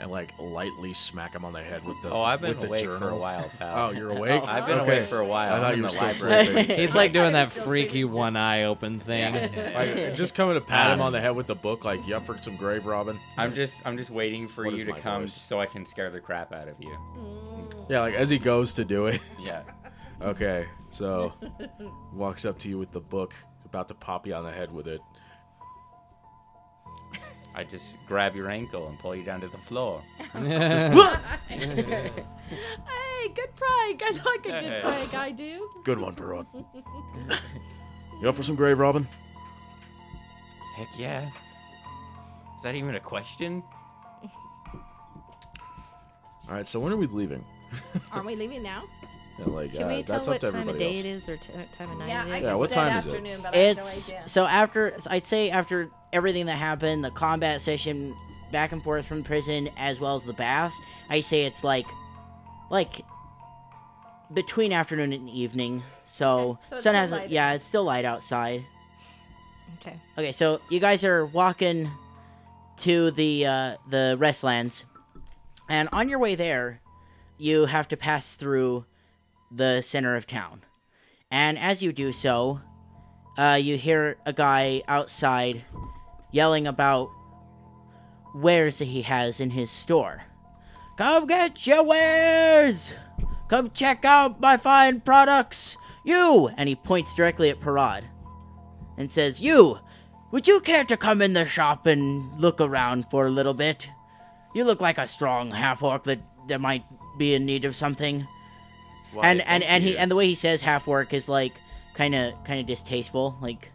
[SPEAKER 2] and like lightly smack him on the head with the.
[SPEAKER 7] Oh, I've been
[SPEAKER 2] with the
[SPEAKER 7] awake for
[SPEAKER 2] journal.
[SPEAKER 7] a while, pal.
[SPEAKER 2] Oh, you're awake.
[SPEAKER 7] Oh, I've been
[SPEAKER 2] Okay.
[SPEAKER 7] awake for a while.
[SPEAKER 2] I
[SPEAKER 7] I'm
[SPEAKER 2] thought you
[SPEAKER 7] in
[SPEAKER 2] were
[SPEAKER 7] the
[SPEAKER 2] still
[SPEAKER 7] library.
[SPEAKER 2] sleeping.
[SPEAKER 7] He's
[SPEAKER 6] like doing that freaky one eye open thing.
[SPEAKER 2] Like, just coming to pat him on the head with the book, like you up for some grave robbing.
[SPEAKER 7] Um, I'm just I'm just waiting for
[SPEAKER 2] What
[SPEAKER 7] you
[SPEAKER 2] is
[SPEAKER 7] to
[SPEAKER 2] my
[SPEAKER 7] come
[SPEAKER 2] voice?
[SPEAKER 7] so I can scare the crap out of you.
[SPEAKER 10] Mm.
[SPEAKER 2] Yeah, like as he goes to do it.
[SPEAKER 7] Yeah.
[SPEAKER 2] okay, so walks up to you with the book, about to pop you on the head with it.
[SPEAKER 7] I just grab your ankle and pull you down to the floor.
[SPEAKER 10] hey, good prank. I like a
[SPEAKER 2] Hey.
[SPEAKER 10] good prank. I do.
[SPEAKER 2] Good one, Parad. You up for some grave robbing?
[SPEAKER 7] Heck yeah. Is that even a question?
[SPEAKER 2] All right, so when are we leaving?
[SPEAKER 1] Aren't we leaving now?
[SPEAKER 2] Yeah, like,
[SPEAKER 8] Can
[SPEAKER 2] uh,
[SPEAKER 8] we tell
[SPEAKER 2] that's
[SPEAKER 8] what
[SPEAKER 2] up to
[SPEAKER 8] time of
[SPEAKER 2] everybody
[SPEAKER 8] day
[SPEAKER 2] else.
[SPEAKER 8] it is or t- time of night
[SPEAKER 10] Yeah,
[SPEAKER 8] it is?
[SPEAKER 10] I
[SPEAKER 2] Yeah, what time is it?
[SPEAKER 10] but I have no
[SPEAKER 3] it's
[SPEAKER 10] idea.
[SPEAKER 3] so after I'd say after everything that happened, the combat session back and forth from prison as well as the baths, I say it's like like between afternoon and evening. So,
[SPEAKER 10] so it's
[SPEAKER 3] sun
[SPEAKER 10] still
[SPEAKER 3] hasn't
[SPEAKER 10] light
[SPEAKER 3] yeah, it's still light outside.
[SPEAKER 8] Okay.
[SPEAKER 3] Okay, so you guys are walking to the uh, the restlands, and on your way there, you have to pass through the center of town, and as you do so, uh, you hear a guy outside yelling about wares that he has in his store. Come get your wares! Come check out my fine products! You! And he points directly at Parad and says, You! Would you care to come in the shop and look around for a little bit? You look like a strong half orc that, that might be in need of something.
[SPEAKER 7] Why,
[SPEAKER 3] and
[SPEAKER 7] thank
[SPEAKER 3] and, and he
[SPEAKER 7] you.
[SPEAKER 3] and the way he says half orc is like kind of kind of distasteful, like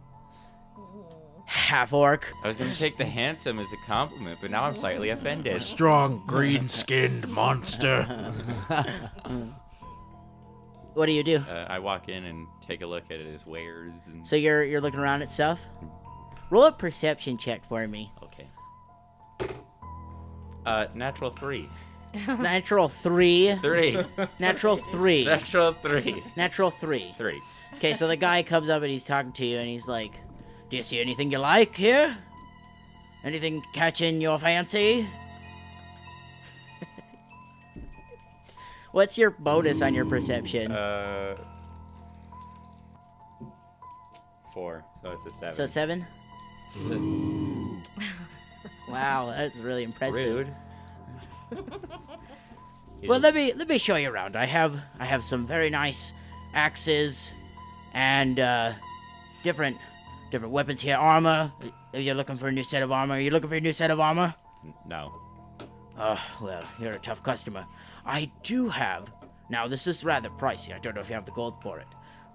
[SPEAKER 3] half orc.
[SPEAKER 7] I was going to take the handsome as a compliment, but now I'm slightly offended.
[SPEAKER 11] Strong, green skinned monster.
[SPEAKER 3] What do you do?
[SPEAKER 7] Uh, I walk in and take a look at his wares. And...
[SPEAKER 3] So you're you're looking around at stuff. Roll a perception check for me.
[SPEAKER 7] Okay. Uh, natural three.
[SPEAKER 3] Natural three.
[SPEAKER 7] Three.
[SPEAKER 3] Natural three.
[SPEAKER 7] Natural three.
[SPEAKER 3] Natural three.
[SPEAKER 7] Three.
[SPEAKER 3] Okay, so the guy comes up and he's talking to you and he's like, "Do you see anything you like here? Anything catching your fancy?" What's your bonus on your perception?
[SPEAKER 7] Uh, four. So it's a seven.
[SPEAKER 3] So seven. wow, that's really impressive.
[SPEAKER 7] Rude.
[SPEAKER 3] Well, let me let me show you around. I have I have some very nice axes and uh, different different weapons here. Armor. If you're looking for a new set of armor, are you looking for a new set of armor?
[SPEAKER 7] No.
[SPEAKER 3] Uh, well, you're a tough customer. I do have. Now, this is rather pricey. I don't know if you have the gold for it.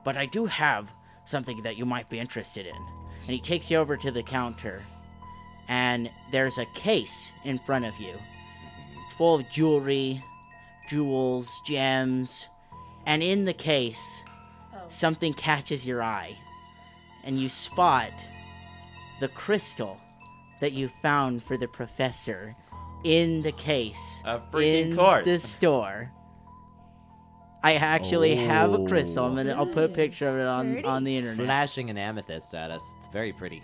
[SPEAKER 3] But I do have something that you might be interested in. And he takes you over to the counter. And there's a case in front of you. It's full of jewelry, jewels, gems. And in the case, something catches your eye. And you spot the crystal that you found for the professor in the case
[SPEAKER 7] a freaking
[SPEAKER 3] in
[SPEAKER 7] course.
[SPEAKER 3] the store. I actually have a crystal. I'm gonna, I'll put a
[SPEAKER 6] Nice.
[SPEAKER 3] picture of it on,
[SPEAKER 6] Pretty.
[SPEAKER 3] on the internet.
[SPEAKER 6] Flashing an amethyst at us. It's very pretty.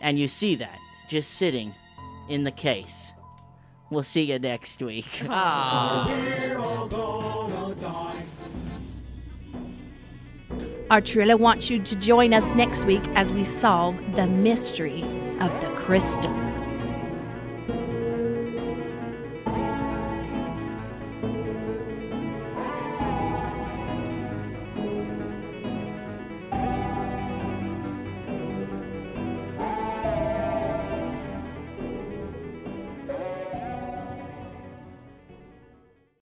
[SPEAKER 3] And you see that just sitting in the case. We'll see you next week.
[SPEAKER 6] Ah.
[SPEAKER 1] Artrilla wants you to join us next week as we solve the mystery of the crystal.